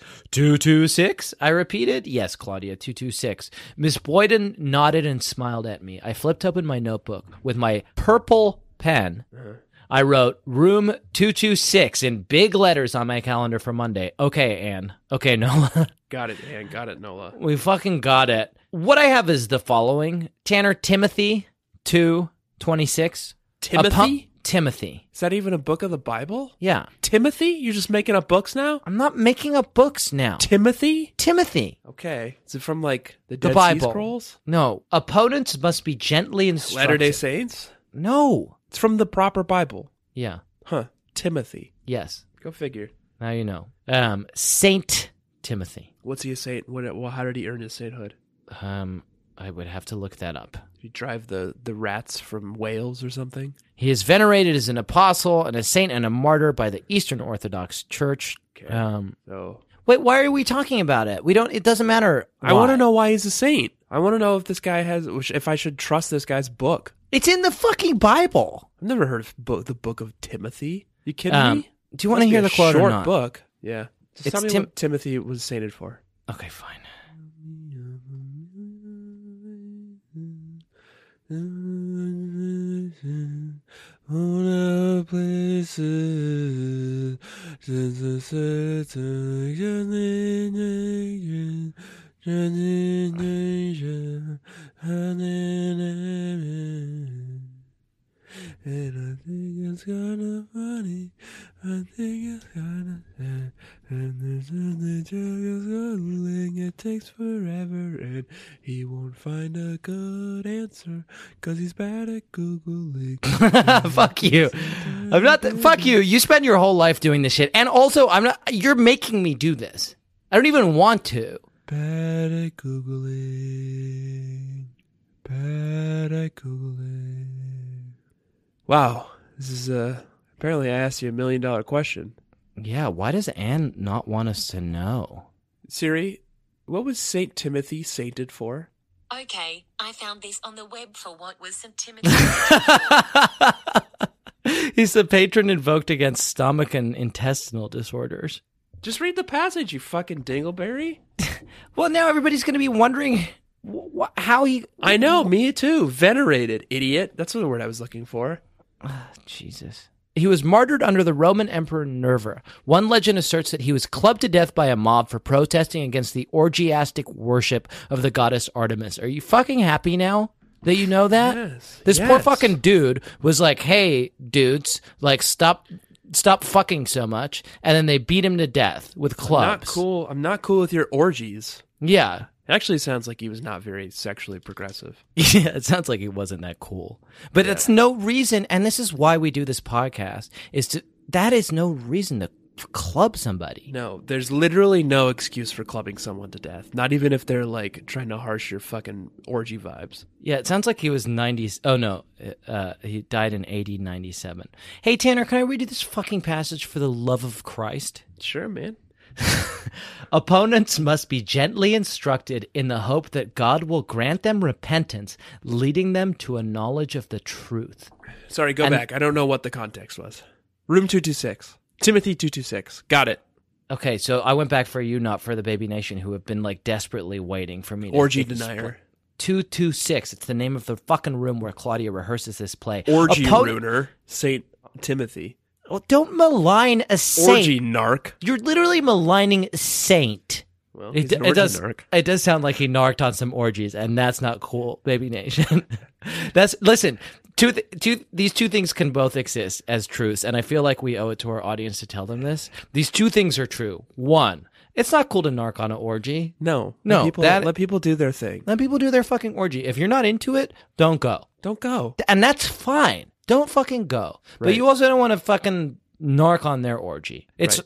226? I repeated. Yes, Claudia, 226. Miss Boyden nodded and smiled at me. I flipped open my notebook with my purple pen. I wrote room 226 in big letters on my calendar for Monday. Okay, Anne. Okay, Nola. Got it, man. Got it, Nola. we fucking got it. What I have is the following Tanner Timothy 226. Timothy. Timothy. is that even a book of the Bible? Yeah. Timothy? You're just making up books now? I'm not making up books now. Timothy? Timothy. Okay. Is it from like the The Dead Bible. Sea Scrolls? No. Opponents must be gently instructed. Latter Day Saints? No. It's from the proper Bible. Yeah. Huh. Timothy. Yes. Go figure. Now you know. Um, Saint Timothy. What's he a saint? What? Well, how did he earn his sainthood? Um, I would have to look that up. Did he drive the the rats from Wales or something? He is venerated as an apostle and a saint and a martyr by the Eastern Orthodox Church. Okay. Um, So wait, why are we talking about it? We don't. It doesn't matter. I why. want to know why he's a saint. I want to know if this guy has, which- if I should trust this guy's book. It's in the fucking Bible. I've never heard of bo- the book of Timothy. You kidding Um, me? do you want to Must be hear a the quote short or not? book? Yeah. Just It's tell me Tim- what Timothy was sainted for. Okay, fine. And I think it's kinda funny. I think it's kinda sad. And there's something Jack is cuddling. It takes forever, and he won't find a good answer. Cause he's bad at Googling. fuck you. I'm not. th- fuck you. You spend your whole life doing this shit, and also I'm not. You're making me do this. I don't even want to. bad at Googling. Bad at Googling. Wow. This is, uh, apparently I asked you a million dollar question. Yeah. Why does Anne not want us to know? Siri, what was Saint Timothy sainted for? Okay, I found this on the web for what was St. Timothy. He's the patron invoked against stomach and intestinal disorders. Just read the passage, you fucking dingleberry. Well, now everybody's going to be wondering wh- wh- how he. I know, me too. Venerated, idiot. That's the word I was looking for. Jesus. He was martyred under the Roman Emperor Nerva. One legend asserts that he was clubbed to death by a mob for protesting against the orgiastic worship of the goddess Artemis. Are you fucking happy now that you know that? Yes, This poor yes. fucking dude was like, "Hey, dudes, like stop stop fucking so much." And then they beat him to death with clubs. Not cool. I'm not cool with your orgies. Yeah. It actually sounds like he was not very sexually progressive. Yeah, it sounds like it wasn't that cool. But that's no reason and this is why we do this podcast is to that is no reason to club somebody. No, there's literally no excuse for clubbing someone to death. Not even if they're like trying to harsh your fucking orgy vibes. Yeah, it sounds like he was 90s. Oh no, uh, he died in AD 97. Hey Tanner, can I read you this fucking passage for the love of Christ? Sure, man. Opponents must be gently instructed in the hope that God will grant them repentance, leading them to a knowledge of the truth. Sorry, go And- back. I don't know what the context was. Room 226. Timothy 226. Got it. Okay, so I went back for you, not for the Baby Nation, who have been like desperately waiting for me. To Orgy to split- denier. 226. It's the name of the fucking room where Claudia rehearses this play. Orgy Oppo- ruiner. Saint Timothy. Well, don't malign a saint. Orgy narc. You're literally maligning a saint. Well, It, he's an it orgy does. narc. It does sound like he narked on some orgies, and that's not cool, baby nation. that's listen. Two, th- two, these two things can both exist as truths, and I feel like we owe it to our audience to tell them this. These two things are true. One, it's not cool to narc on an orgy. No, No, Let people, that- let people do their thing. Let people do their fucking orgy. If you're not into it, don't go, Don't go. and that's fine. Don't fucking go. But Right. you also don't want to fucking narc on their orgy. It's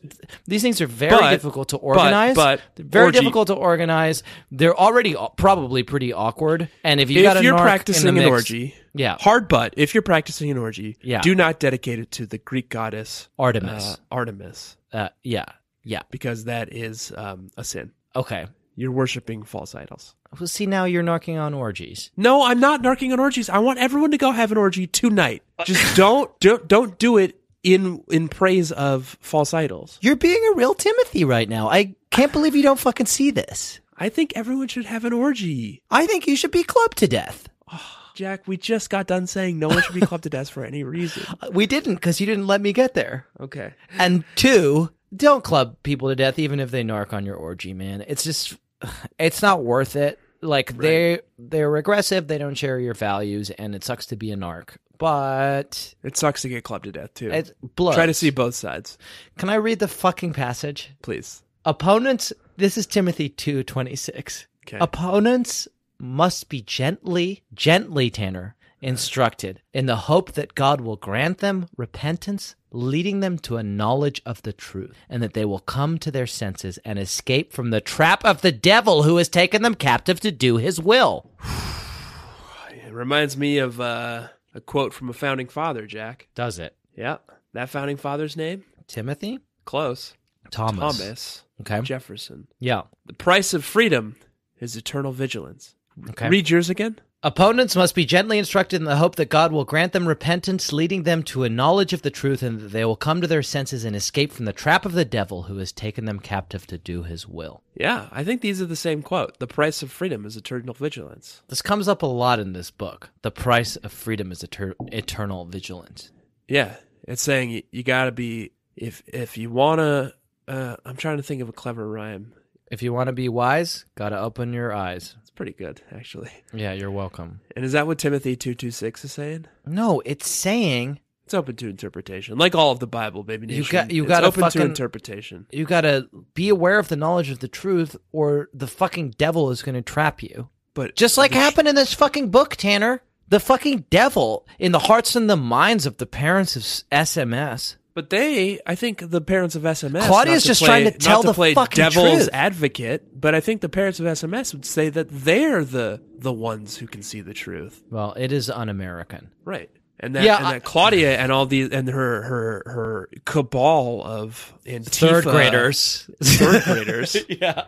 these things are very But- difficult to organize. but They're very orgy- difficult to organize. They're already au- probably pretty awkward. And if you got a if you're narc in the practicing an mix- orgy, yeah, hard butt. If you're practicing an orgy, Yeah. do not dedicate it to the Greek goddess Artemis. uh, Artemis, Uh, yeah, yeah. because that is um, a sin. Okay. You're worshiping false idols. Well, see now you're narking on orgies. No, I'm not narking on orgies. I want everyone to go have an orgy tonight. Just don't don't don't do it in in praise of false idols. You're being a real Timothy right now. I can't believe you don't fucking see this. I think everyone should have an orgy. I think you should be clubbed to death. Jack, we just got done saying no one should be clubbed to death for any reason. We didn't because you didn't let me get there. Okay. And two, don't club people to death even if they narc on your orgy, man. It's just it's not worth it. Like they they're regressive, they don't share your values, and it sucks to be a narc. But It sucks to get clubbed to death too. it's blood. Try to see both sides, Can I read the fucking passage? please. Opponents this is Timothy two twenty six. Okay. Opponents must be gently, gently, Tanner, instructed in the hope that God will grant them repentance, leading them to a knowledge of the truth, and that they will come to their senses and escape from the trap of the devil who has taken them captive to do his will. Oh, It reminds me of uh, a quote from a founding father, Jack. Does it? Yeah. That founding father's name? Timothy? Close. Thomas. Thomas Okay. Jefferson. Yeah. The price of freedom is eternal vigilance. Okay. Read yours again. Opponents must be gently instructed in the hope that God will grant them repentance, leading them to a knowledge of the truth, and that they will come to their senses and escape from the trap of the devil who has taken them captive to do his will. Yeah, I think these are the same quote. The price of freedom is eternal vigilance. This comes up a lot in this book. The price of freedom is eter- eternal vigilance. Yeah, it's saying you, you got to be if if you wanna. Uh, I'm trying to think of a clever rhyme. If you want to be wise, got to open your eyes. It's pretty good actually. Yeah, you're welcome. And is that what Timothy two two six is saying? No, it's saying It's open to interpretation, like all of the Bible, baby. You Nation. got- you It's gotta open fucking- to interpretation. you got to be aware of the knowledge of the truth, or the fucking devil is going to trap you. But Just like the tr- happened in this fucking book, Tanner. The fucking devil in the hearts and the minds of the parents of S- SMS. But they, I think the parents of SMS. Claudia's not to just play- trying to tell not to the play fucking devil's truth. advocate. But I think the parents of SMS would say that they're the the ones who can see the truth, Well, it is un-American. right? And that, Yeah, and I- that Claudia and all these and her her her cabal of Antifa, Third graders. third graders yeah.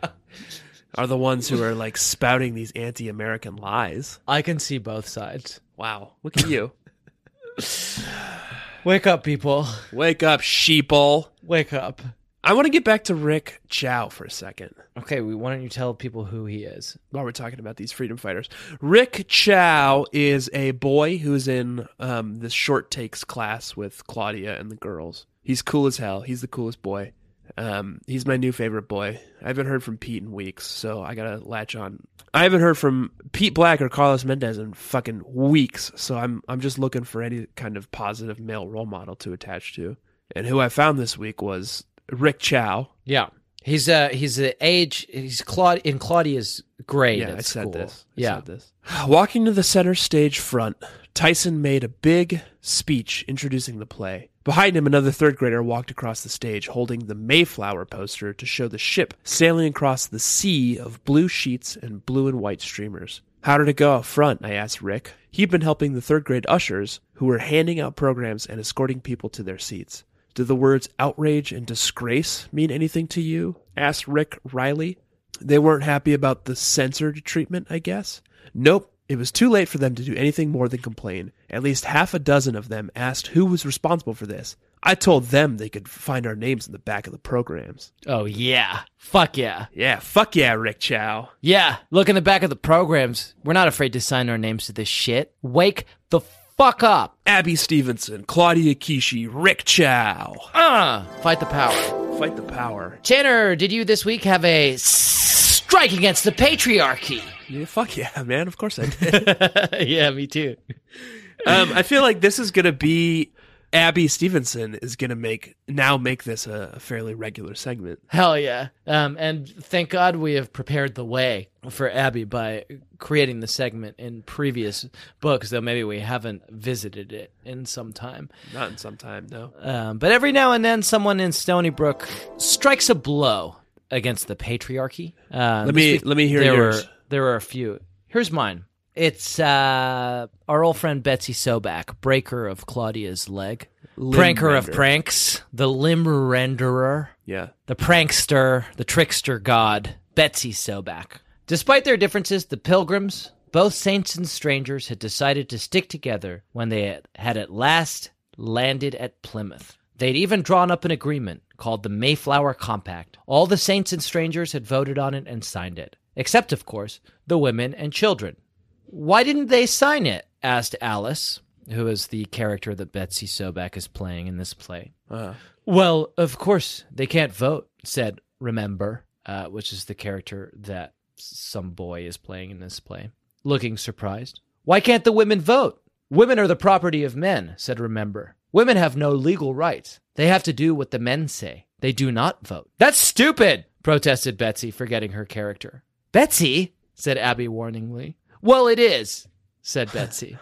are the ones who are like spouting these anti-American lies. I can see both sides. Wow, look at you! Wake up, people. Wake up, sheeple! Wake up. I want to get back to Rick Chow for a second. Okay, we, why don't you tell people who he is? while we're talking about these freedom fighters, Rick Chow is a boy who's in um, this short takes class with Claudia and the girls. He's cool as hell. He's the coolest boy. Um, he's my new favorite boy. I haven't heard from Pete in weeks, so I gotta latch on. I haven't heard from Pete Black or Carlos Mendez in fucking weeks, so I'm I'm just looking for any kind of positive male role model to attach to. And who I found this week was Rick Chow. Yeah. He's uh he's the age he's Claud in Claudia's grade Yeah, at I school. said this. I yeah. said this. Walking to the center stage front, Tyson made a big speech introducing the play. Behind him, another third grader walked across the stage holding the Mayflower poster to show the ship sailing across the sea of blue sheets and blue and white streamers. How did it go up front? I asked Rick. He'd been helping the third grade ushers who were handing out programs and escorting people to their seats. Do the words outrage and disgrace mean anything to you? asked Rick Riley. They weren't happy about the censored treatment, I guess. Nope. It was too late for them to do anything more than complain. At least half a dozen of them asked who was responsible for this. I told them they could find our names in the back of the programs. Oh yeah. Fuck yeah. Yeah, fuck yeah, Rick Chow. Yeah, look in the back of the programs. We're not afraid to sign our names to this shit. Wake the fuck up. Abby Stevenson, Claudia Kishi, Rick Chow. Uh, fight the power. Fight the power. Tanner, did you this week have a s- strike against the patriarchy? Yeah, fuck yeah, man. Of course I did. yeah, me too. um, I feel like this is gonna be Abby Stevenson is gonna make now make this a, a fairly regular segment. Hell yeah. Um, and thank God we have prepared the way for Abby by creating the segment in previous books, though maybe we haven't visited it in some time. Not in some time, no. Um, but every now and then, someone in Stony Brook strikes a blow against the patriarchy. Um, Let me- this week let me hear there yours. Were, there were a few. Here's mine. It's uh, our old friend Betsy Sobak, breaker of Claudia's leg, pranker of renderer. pranks, the limb renderer Yeah. the prankster, the trickster god, Betsy Sobak. Despite their differences, the pilgrims, both saints and strangers, had decided to stick together when they had- had at last landed at Plymouth. They'd even drawn up an agreement called the Mayflower Compact. All the saints and strangers had voted on it and signed it, except, of course, the women and children. Why didn't they sign it? asked Alice, who is the character that Betsy Sobek is playing in this play. Uh, Well, of course they can't vote," said Remember, uh, which is the character that some boy is playing in this play, looking surprised. Why can't the women vote? Women are the property of men," said Remember. "Women have no legal rights. They have to do what the men say. They do not vote." That's stupid," protested Betsy, forgetting her character. "Betsy," said Abby warningly. "Well, it is," said Betsy.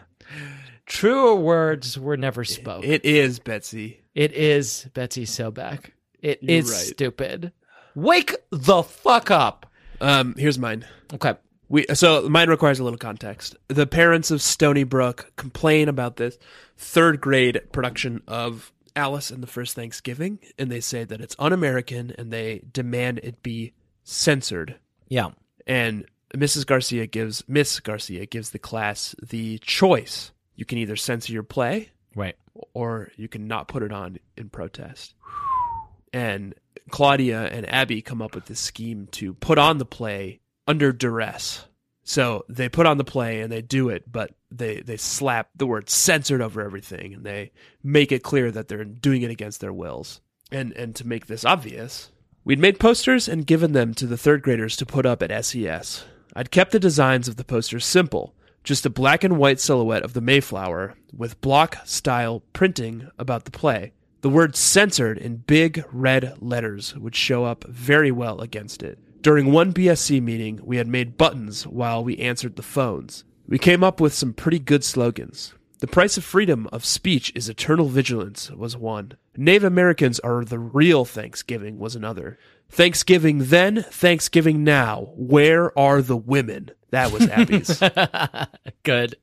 Truer words were never spoke. It is, Betsy. it is Betsy Sobek. It is You're right. stupid. Wake the fuck up. Um, here's mine. Okay. We so mine requires a little context. The parents of Stony Brook complain about this third grade production of Alice and the First Thanksgiving, and they say that it's un-American, and they demand it be censored. Yeah. And Mrs. Garcia gives Miss Garcia gives the class the choice: you can either censor your play, Right. or you can not put it on in protest. And Claudia and Abby come up with this scheme to put on the play under duress. So they put on the play and they do it, but they, they slap the word censored over everything and they make it clear that they're doing it against their wills. And and to make this obvious, we'd made posters and given them to the third graders to put up at SES. I'd kept the designs of the posters simple, just a black and white silhouette of the Mayflower with block style printing about the play. The word censored in big red letters would show up very well against it. During one BSC meeting, we had made buttons while we answered the phones. We came up with some pretty good slogans. The price of freedom of speech is eternal vigilance was one. Native Americans are the real Thanksgiving was another. Thanksgiving then, Thanksgiving now. Where are the women? That was Abby's. Good.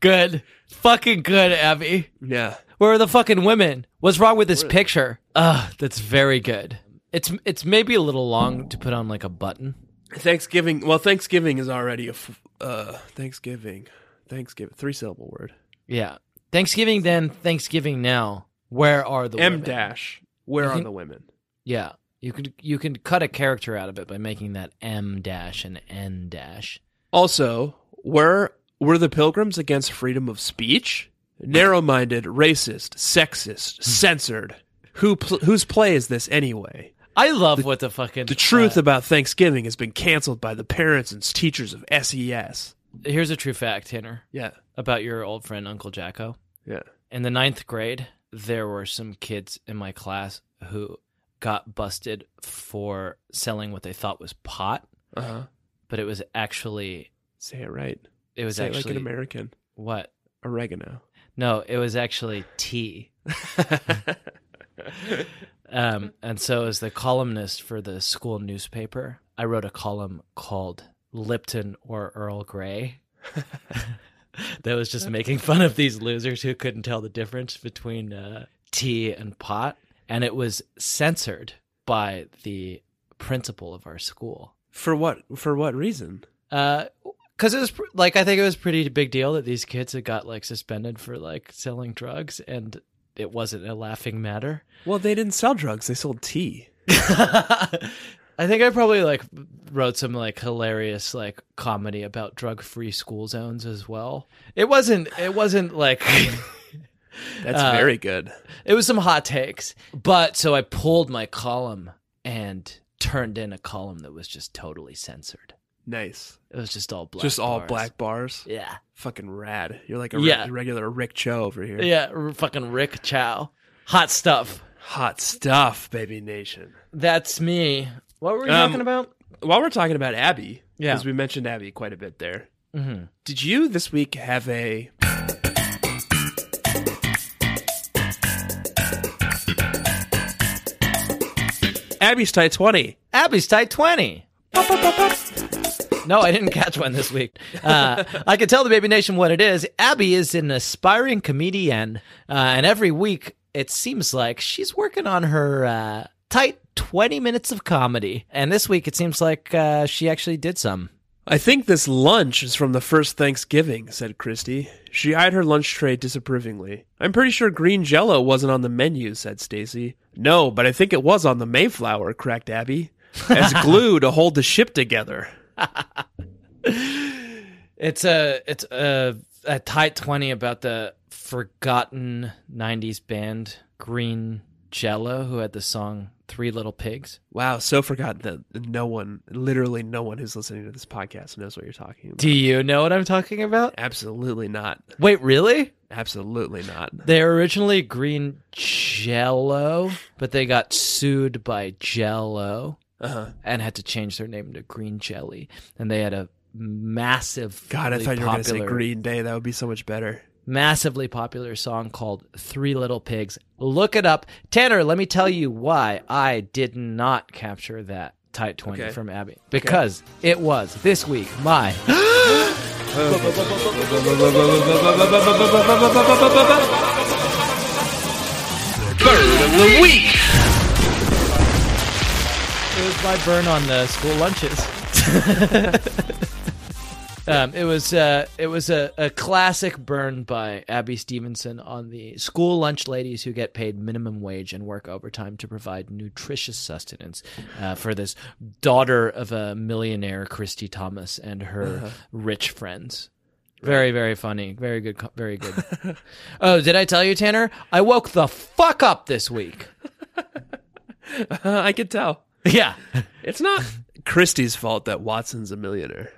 Good. Fucking good, Abby. yeah. Where are the fucking women? What's wrong with this picture? Ugh, that's very good. It's it's maybe a little long to put on like a button. Thanksgiving. Well, Thanksgiving is already a f- uh, Thanksgiving. Thanksgiving. Three syllable word. Yeah. Thanksgiving then, Thanksgiving now. Where are the M women? dash. Where are think- the women? Yeah. You could you can cut a character out of it by making that M dash and N dash. Also, were were the pilgrims against freedom of speech? Narrow-minded, racist, Hmm. sexist, censored. Who pl- whose play is this anyway? I love what the fucking The truth uh, about Thanksgiving has been canceled by the parents and teachers of SES. here's a true fact, Tanner, Yeah, about your old friend Uncle Jacko. yeah. In the ninth grade, there were some kids in my class who got busted for selling what they thought was pot, Uh huh. but it was actually Say it right. it was Say it like actually an American. what? Oregano. No, it was actually tea. um, and so, as the columnist for the school newspaper, I wrote a column called Lipton or Earl Grey. that was just making fun of these losers who couldn't tell the difference between uh, tea and pot. And it was censored by the principal of our school. For what? For what reason? Because Uh, it was pr- like I think it was a pretty big deal that these kids had got like suspended for like selling drugs, and it wasn't a laughing matter. Well, they didn't sell drugs. They sold tea. I think I probably like wrote some like hilarious like comedy about drug-free school zones as well. It wasn't. It wasn't like. That's Uh, very good. it was some hot takes, but so I pulled my column and turned in a column that was just totally censored. Nice. It was just all black. Just all bars. black bars. Yeah. Fucking rad. You're like a Yeah. re- regular Rick Cho over here. Yeah, r- fucking Rick Chow. Hot stuff. Hot stuff, baby nation. That's me. What were you Um, talking about? While we're talking about Abby, Yeah. because we mentioned Abby quite a bit there. Mm-hmm. Did you this week have a? Abby's tight twenty. Abby's tight 20. Bop, bop, bop, bop. No, I didn't catch one this week. Uh, I can tell the Baby Nation what it is. Abby is an aspiring comedian, uh, and every week it seems like she's working on her uh, tight 20 minutes of comedy. And this week it seems like uh, she actually did some. I think this lunch is from the first Thanksgiving, said Christy. She eyed her lunch tray disapprovingly. I'm pretty sure green jello wasn't on the menu, said Stacy. No, but I think it was on the Mayflower, cracked Abby. As glue to hold the ship together. It's a it's a a tight twenty about the forgotten '90s band Green Jello, who had the song Three Little Pigs." Wow, so forgotten that no one, literally no one who's listening to this podcast knows what you're talking about. Do you know what I'm talking about? Absolutely not. Wait, really? Absolutely not. They were originally Green Jello, but they got sued by Jello Uh-huh. and had to change their name to Green Jelly, and they had a massive God, I thought you were going to say popular- Green Day. That would be so much better. massively popular song called Three Little Pigs. Look it up. Tanner, let me tell you why I did not capture that tight 20 Okay. from Abby. Because it was this week my Bird of the week. it was my burn on the school lunches. um, it was uh, it was a, a classic burn by Abby Stevenson on the school lunch ladies who get paid minimum wage and work overtime to provide nutritious sustenance uh, for this daughter of a millionaire, Christy Thomas, and her Uh-huh. rich friends. Very, very funny. Very good. co- Very good. oh, did I tell you, Tanner? I woke the fuck up this week. Uh, I could tell. Yeah. It's not Christie's fault that Watson's a millionaire.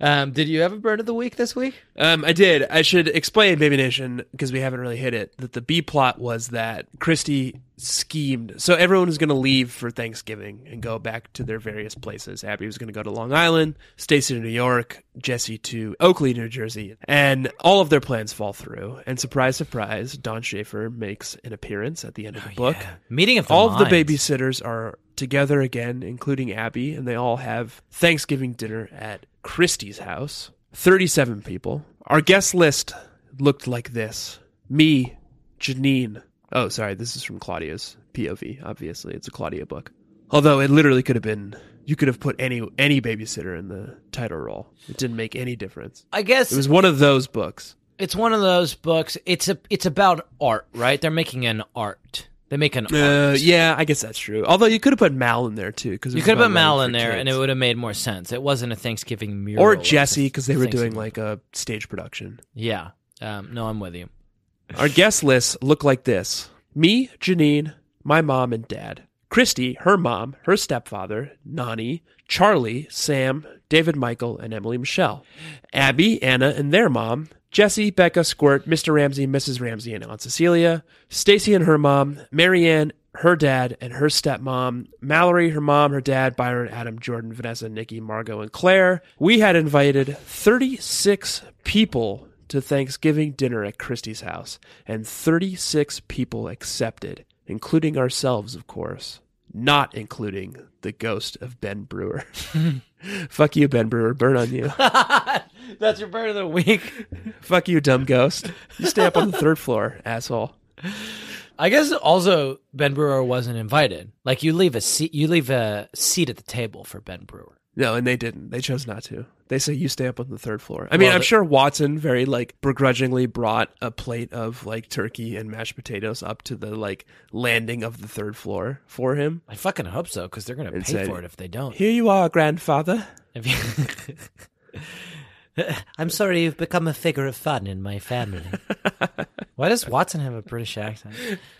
um, did you have a burn of the week this week? Um, I did. I should explain, Baby Nation, because we haven't really hit it, that the B plot was that Christie schemed. So everyone was going to leave for Thanksgiving and go back to their various places. Abby was going to go to Long Island, Stacy to New York, Jesse to Oakley, New Jersey. And all of their plans fall through. And surprise, surprise, Don Schaefer makes an appearance at the end of the book. Meeting of the all of the Minds. babysitters are together again, including Abby, and they all have Thanksgiving dinner at Christie's house. 37 people. Our guest list looked like this me, Janine. Oh, sorry, this is from Claudia's POV, obviously. It's a Claudia book. Although it literally could have been, you could have put any any babysitter in the title role. It didn't make any difference. I guess It was one of those books. it's one of those books. It's a it's about art, right? They're making an art. They make an Uh, art. yeah, I guess that's true. Although you could have put Mal in there too, because You could have put Mal in there, and it would have made more sense. It wasn't a Thanksgiving mural. or It was a Jesse because they were doing Thanksgiving- like a stage production. yeah. Um, no, I'm with you. Our guest lists look like this: me, Janine, my mom and dad, Christy, her mom, her stepfather, Nani, Charlie, Sam, David, Michael, and Emily Michelle, Abby, Anna, and their mom. Jesse, Becca, Squirt, Mr. Ramsey, Mrs. Ramsey, and Aunt Cecilia, Stacy and her mom, Marianne, her dad, and her stepmom, Mallory, her mom, her dad, Byron, Adam, Jordan, Vanessa, Nikki, Margot, and Claire. We had invited 36 people to Thanksgiving dinner at Christie's house, and 36 people accepted, including ourselves, of course, not including the ghost of Ben Brewer. Fuck you, Ben Brewer. Burn on you. That's your burn of the week. Fuck you, dumb ghost. You stay up on the third floor, asshole. I guess also Ben Brewer wasn't invited. Like you leave a seat, you leave a seat at the table for Ben Brewer. No, and they didn't. They chose not to. They say you stay up on the third floor. I mean, Well, I'm the- sure Watson very like begrudgingly brought a plate of like turkey and mashed potatoes up to the like landing of the third floor for him. I fucking hope so because they're gonna pay And said- for it if they don't. Here you are, grandfather. If you- I'm sorry, you've become a figure of fun in my family. Why does Watson have a British accent?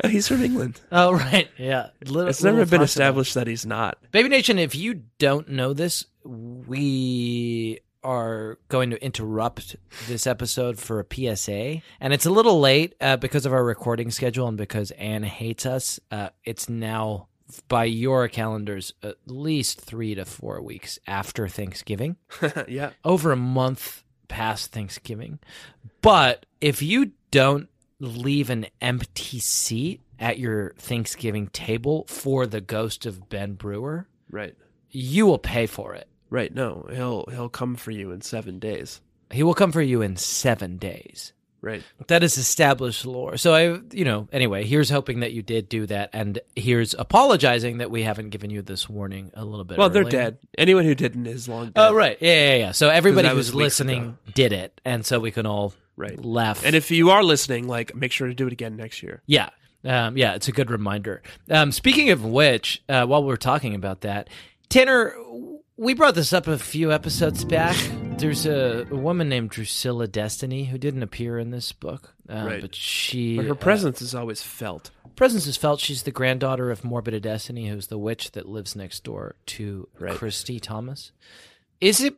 He's from England. Oh, right. Yeah. Little, It's never been established. established that he's not. Baby Nation, if you don't know this, we are going to interrupt this episode for a PSA. And it's a little late uh, because of our recording schedule and because Anne hates us. Uh, it's now, by your calendars, at least three to four weeks after Thanksgiving yeah. over a month past Thanksgiving. But if you don't leave an empty seat at your Thanksgiving table for the ghost of Ben Brewer, Right. you will pay for it. Right. No, he'll he'll come for you in seven days. He will come for you in seven days. Right. That is established lore. So I, you know, anyway, here's hoping that you did do that, and here's apologizing that we haven't given you this warning a little bit. Well, they're earlier. dead. Anyone who didn't is long dead. Oh right, yeah, yeah, yeah. So everybody that who's was weeks listening ago. did it, and so we can all Right. laugh. And if you are listening, like, make sure to do it again next year. Yeah. Um, yeah, it's a good reminder. Um, speaking of which, uh, while we're talking about that, Tanner, we brought this up a few episodes back. There's a, a woman named Drusilla Destiny who didn't appear in this book, uh, Right. but she But her uh, presence is always felt. presence is felt. She's the granddaughter of Morbid Destiny, who's the witch that lives next door to Right. Christy Thomas. Is it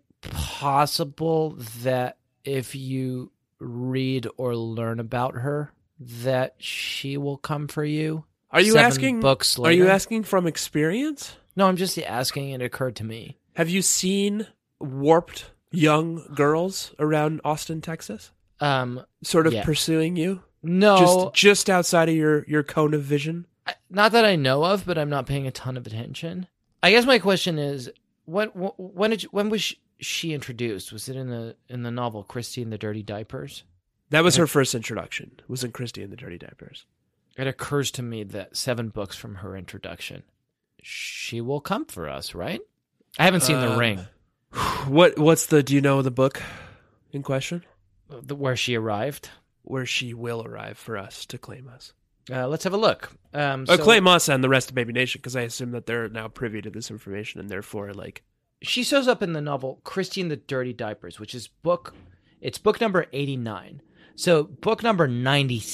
possible that if you read or learn about her, that she will come for you? Are you seven asking books? Later? Are you asking from experience? No, I'm just asking. It occurred to me. Have you seen warped young girls around Austin, Texas? Um, Sort of Yeah. pursuing you? no, Just just outside of your, your cone of vision? I- not that I know of, but I'm not paying a ton of attention. I guess my question is, when wh- when did you, when was she, she introduced? Was it in the in the novel Christie and the Dirty Diapers? That was her first introduction, was in Christie and the Dirty Diapers. It occurs to me that seven books from her introduction, she will come for us, right? I haven't seen The Um, Ring, What what's the do you know the book in question? the, where she arrived. Where she will arrive for us to claim us. Uh, let's have a look. Um, Uh, so- claim us and the rest of Baby Nation, because I assume that they're now privy to this information and therefore like she shows up in the novel Christie and the Dirty Diapers, which is book it's book number 89. So book number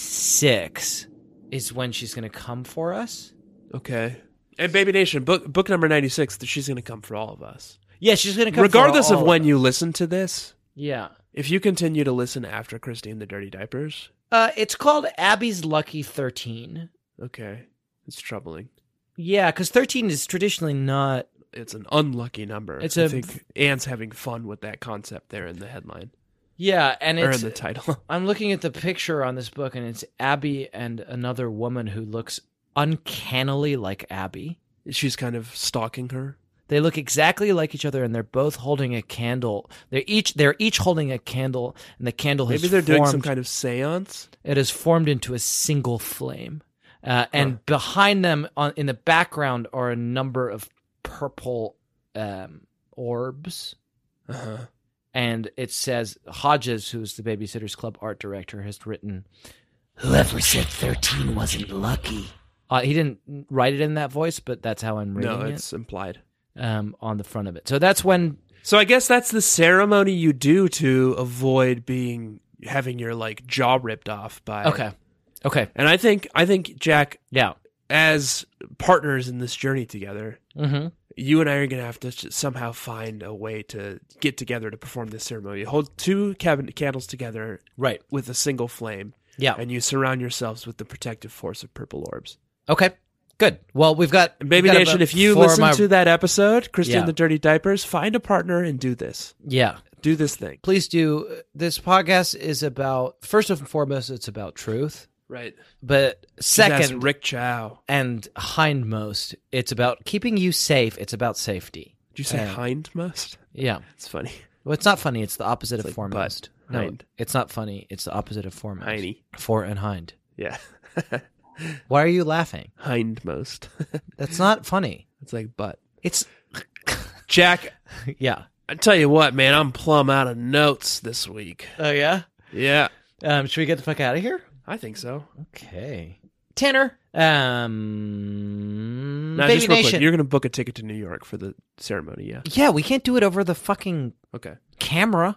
96 is when she's going to come for us. Okay. And Baby Nation, book book number ninety six, that she's gonna come for all of us. Yeah, she's going to come for Regardless all of when us. you listen to this, Yeah. if you continue to listen after Christine the Dirty Diapers, Uh it's called Abby's Lucky 13. okay. It's troubling. Yeah, cuz 13 is traditionally not It's an unlucky number. It's I a- think Anne's having fun with that concept there in the headline. Yeah, and Or it's in the title. I'm looking at the picture on this book and it's Abby and another woman who looks uncannily like Abby. she's kind of stalking her. They look exactly like each other, and they're both holding a candle. They're each they're each holding a candle, and the candle has Maybe they're doing some formed- kind of seance. it has formed into a single flame. Uh, and behind them, on in the background, are a number of purple um, orbs. Uh-huh. And it says Hodges, who's the Babysitters Club art director, has written, "Whoever said thirteen wasn't lucky." Uh, he didn't write it in that voice, but that's how I'm reading No, it's implied. it um, on the front of it. So that's when So I guess that's the ceremony you do to avoid being having your like jaw ripped off by Okay. Okay. And I think I think Jack, Yeah. as partners in this journey together, Mm-hmm. you and I are going to have to s- somehow find a way to get together to perform this ceremony. Hold two cabin- candles together Right. with a single flame, Yeah. and you surround yourselves with the protective force of purple orbs. okay. Good. Well, we've got And Baby we've got Nation, about if you four of listen my- to that episode, Christian Yeah. the Dirty Diapers, find a partner and do this. yeah, Do this thing. please do. This podcast is about first and foremost, it's about truth, Right. but That's second Rick Chow. and hindmost, it's about keeping you safe. It's about safety. Did you say Uh, hindmost? Yeah. It's funny. Well, it's not funny. It's the opposite of like foremost. butt, no, hind. it's not funny. It's the opposite of foremost. Hiney. Fore and hind. Yeah. Why are you laughing? hindmost. That's not funny. it's like butt. It's Jack, yeah. I tell you what, man, I'm plumb out of notes this week. Oh yeah. Yeah, Um, should we get the fuck out of here? I think so. Okay. Tanner. Um Now, Baby just real Nation. quick, you're gonna book a ticket to New York for the ceremony, yeah? yeah, we can't do it over the fucking Okay. camera.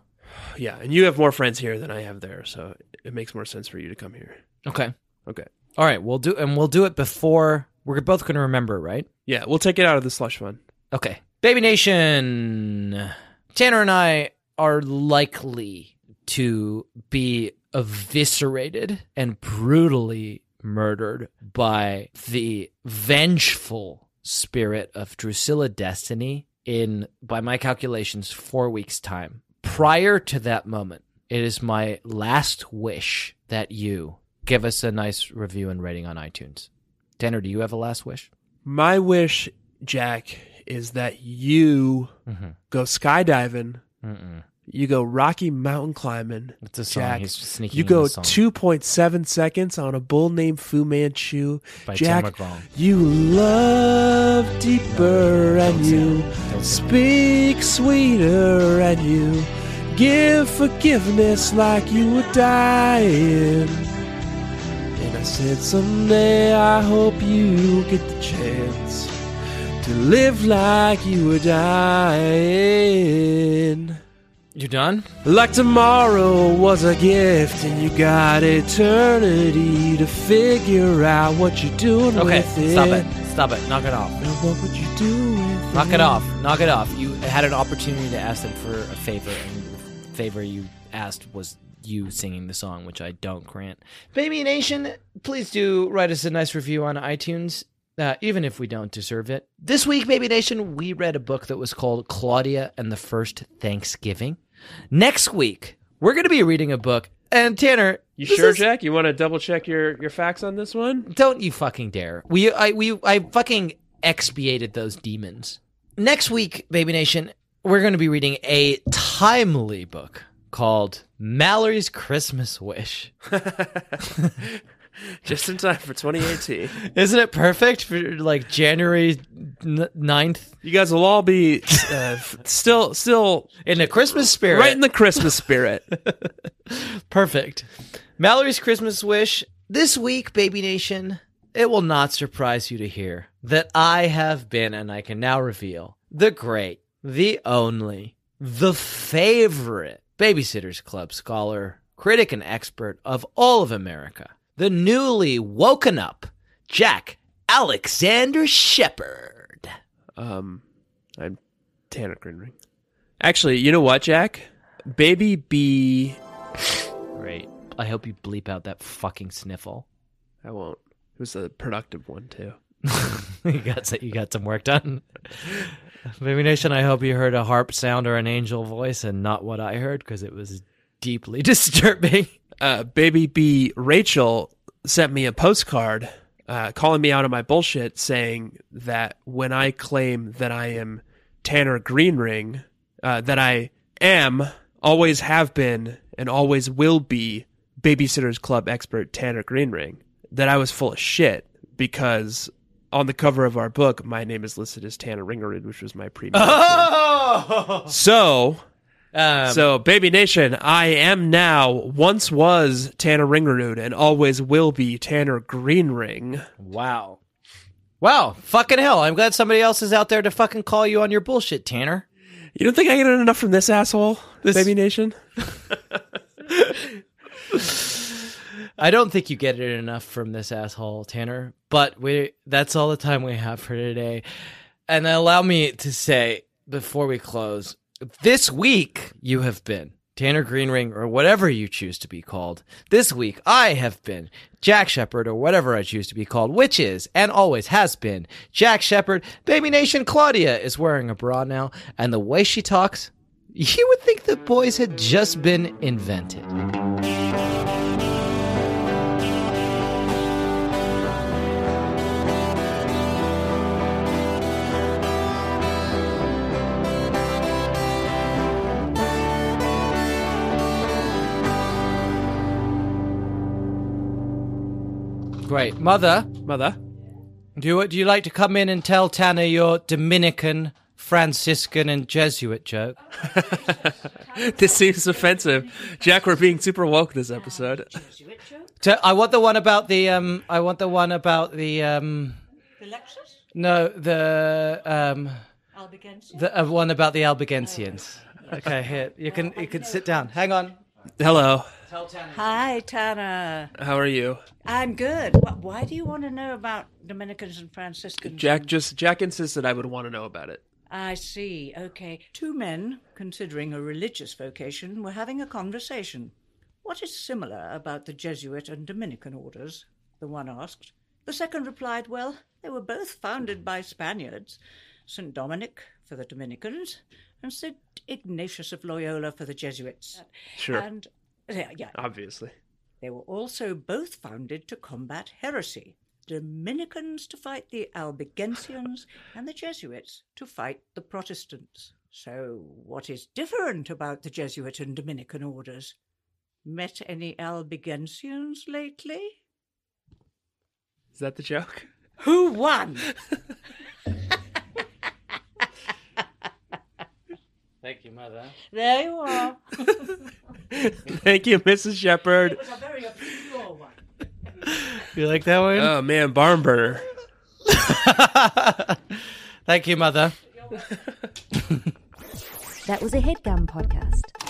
Yeah, and you have more friends here than I have there, so it makes more sense for you to come here. Okay. Okay. All right, we'll do and we'll do it before we're both going to remember, right? Yeah, we'll take it out of the slush fund. Okay. Baby Nation. Tanner and I are likely to be eviscerated and brutally murdered by the vengeful spirit of Drusilla Destiny in by my calculations 4 weeks time. Prior to that moment, it is my last wish that you give us a nice review and rating on iTunes. Tanner, do you have a last wish? My wish, Jack, is that you Mhm. go skydiving, Mm-mm. you go Rocky Mountain climbing, It's a song. Jack, He's sneaking you in go the song 2.7 seconds on a bull named Fu Manchu. by Jack, Tim McGraw. You love deeper and you speak sweeter and you give forgiveness like you were dying. And I said someday I hope you get the chance to live like you were dying. You done? Like tomorrow was a gift, and you got eternity to figure out what you're doing Okay, with it. stop it. Stop it. Knock it off. Now what would you do with Knock it off. Knock it off. You had an opportunity to ask them for a favor, and the favor you asked was you singing the song, which I don't grant. Baby Nation, please do write us a nice review on iTunes. uh, even if we don't deserve it. This week, Baby Nation, we read a book that was called Claudia and the First Thanksgiving. Next week, we're going to be reading a book. And Tanner, You this sure, is- Jack? You want to double check your your facts on this one? Don't you fucking dare. We I we I fucking expiated those demons. Next week, Baby Nation, we're going to be reading a timely book called Mallory's Christmas Wish. Just in time for 2018. Isn't it perfect for like January n- 9th you guys will all be uh, f- still still in the Christmas spirit? right in the Christmas spirit. Perfect. Mallory's Christmas Wish. This week, Baby Nation, it will not surprise you to hear that I have been, and I can now reveal, the great, the only, the favorite Babysitters Club scholar, critic, and expert of all of America, the newly woken up Jack Alexander Shepard. Um, I'm Tanner Greenring. Actually, you know what, Jack? Baby B. Great. I hope you bleep out that fucking sniffle. I won't. It was a productive one too. you got you got some work done. Baby Nation, I hope you heard a harp sound or an angel voice and not what I heard because it was deeply disturbing. Uh, Baby B. Rachel sent me a postcard, uh, calling me out on my bullshit, saying that when I claim that I am Tanner Greenring, uh, that I am, always have been, and always will be Babysitters Club expert Tanner Greenring, that I was full of shit because on the cover of our book, my name is listed as Tanner Ringerud, which was my previous. Oh! So, Um, so Baby Nation, I am now, once was Tanner Ringerud, and always will be Tanner Greenring. wow. Wow, fucking hell. I'm glad somebody else is out there to fucking call you on your bullshit, Tanner. You don't think I get enough from this asshole, This- Baby Nation? I don't think you get it enough from this asshole, Tanner, but we that's all the time we have for today. And allow me to say before we close, this week you have been Tanner Greenring or whatever you choose to be called. This week I have been Jack Shepard or whatever I choose to be called, which is and always has been Jack Shepard. Baby Nation Claudia is wearing a bra now, and the way she talks, you would think the boys had just been invented. Great. Mother, Mother. Do you, do you like to come in and tell Tanner your Dominican, Franciscan, and Jesuit joke? This seems offensive. Jack, we're being super woke this episode. To- I want the one about the um. I want the one about the um. The lectures? No, the um. Albigensian? Oh, The uh, one about the Albigensians. Okay, here you can you can sit down. Hang on. Hello. Tell Tanner. Hi, Tana. How are you? I'm good. Wh- Why do you want to know about Dominicans and Franciscans? Jack just Jack insisted I would want to know about it. I see. Okay. Two men, considering a religious vocation, were having a conversation. What is similar about the Jesuit and Dominican orders? The one asked. The second replied, Well, they were both founded by Spaniards. St. Dominic for the Dominicans, and St. Ignatius of Loyola for the Jesuits. Sure. And, yeah, yeah, Obviously. They were also both founded to combat heresy Dominicans to fight the Albigensians, and the Jesuits to fight the Protestants. So, what is different about the Jesuit and Dominican orders? Met any Albigensians lately? Is that the joke? Who won? Thank you, mother. There you are. Thank you, Mrs. Shepard. was a very obscure one. You like that one? Oh man, barn burner. Thank you, mother. That was a headgum podcast.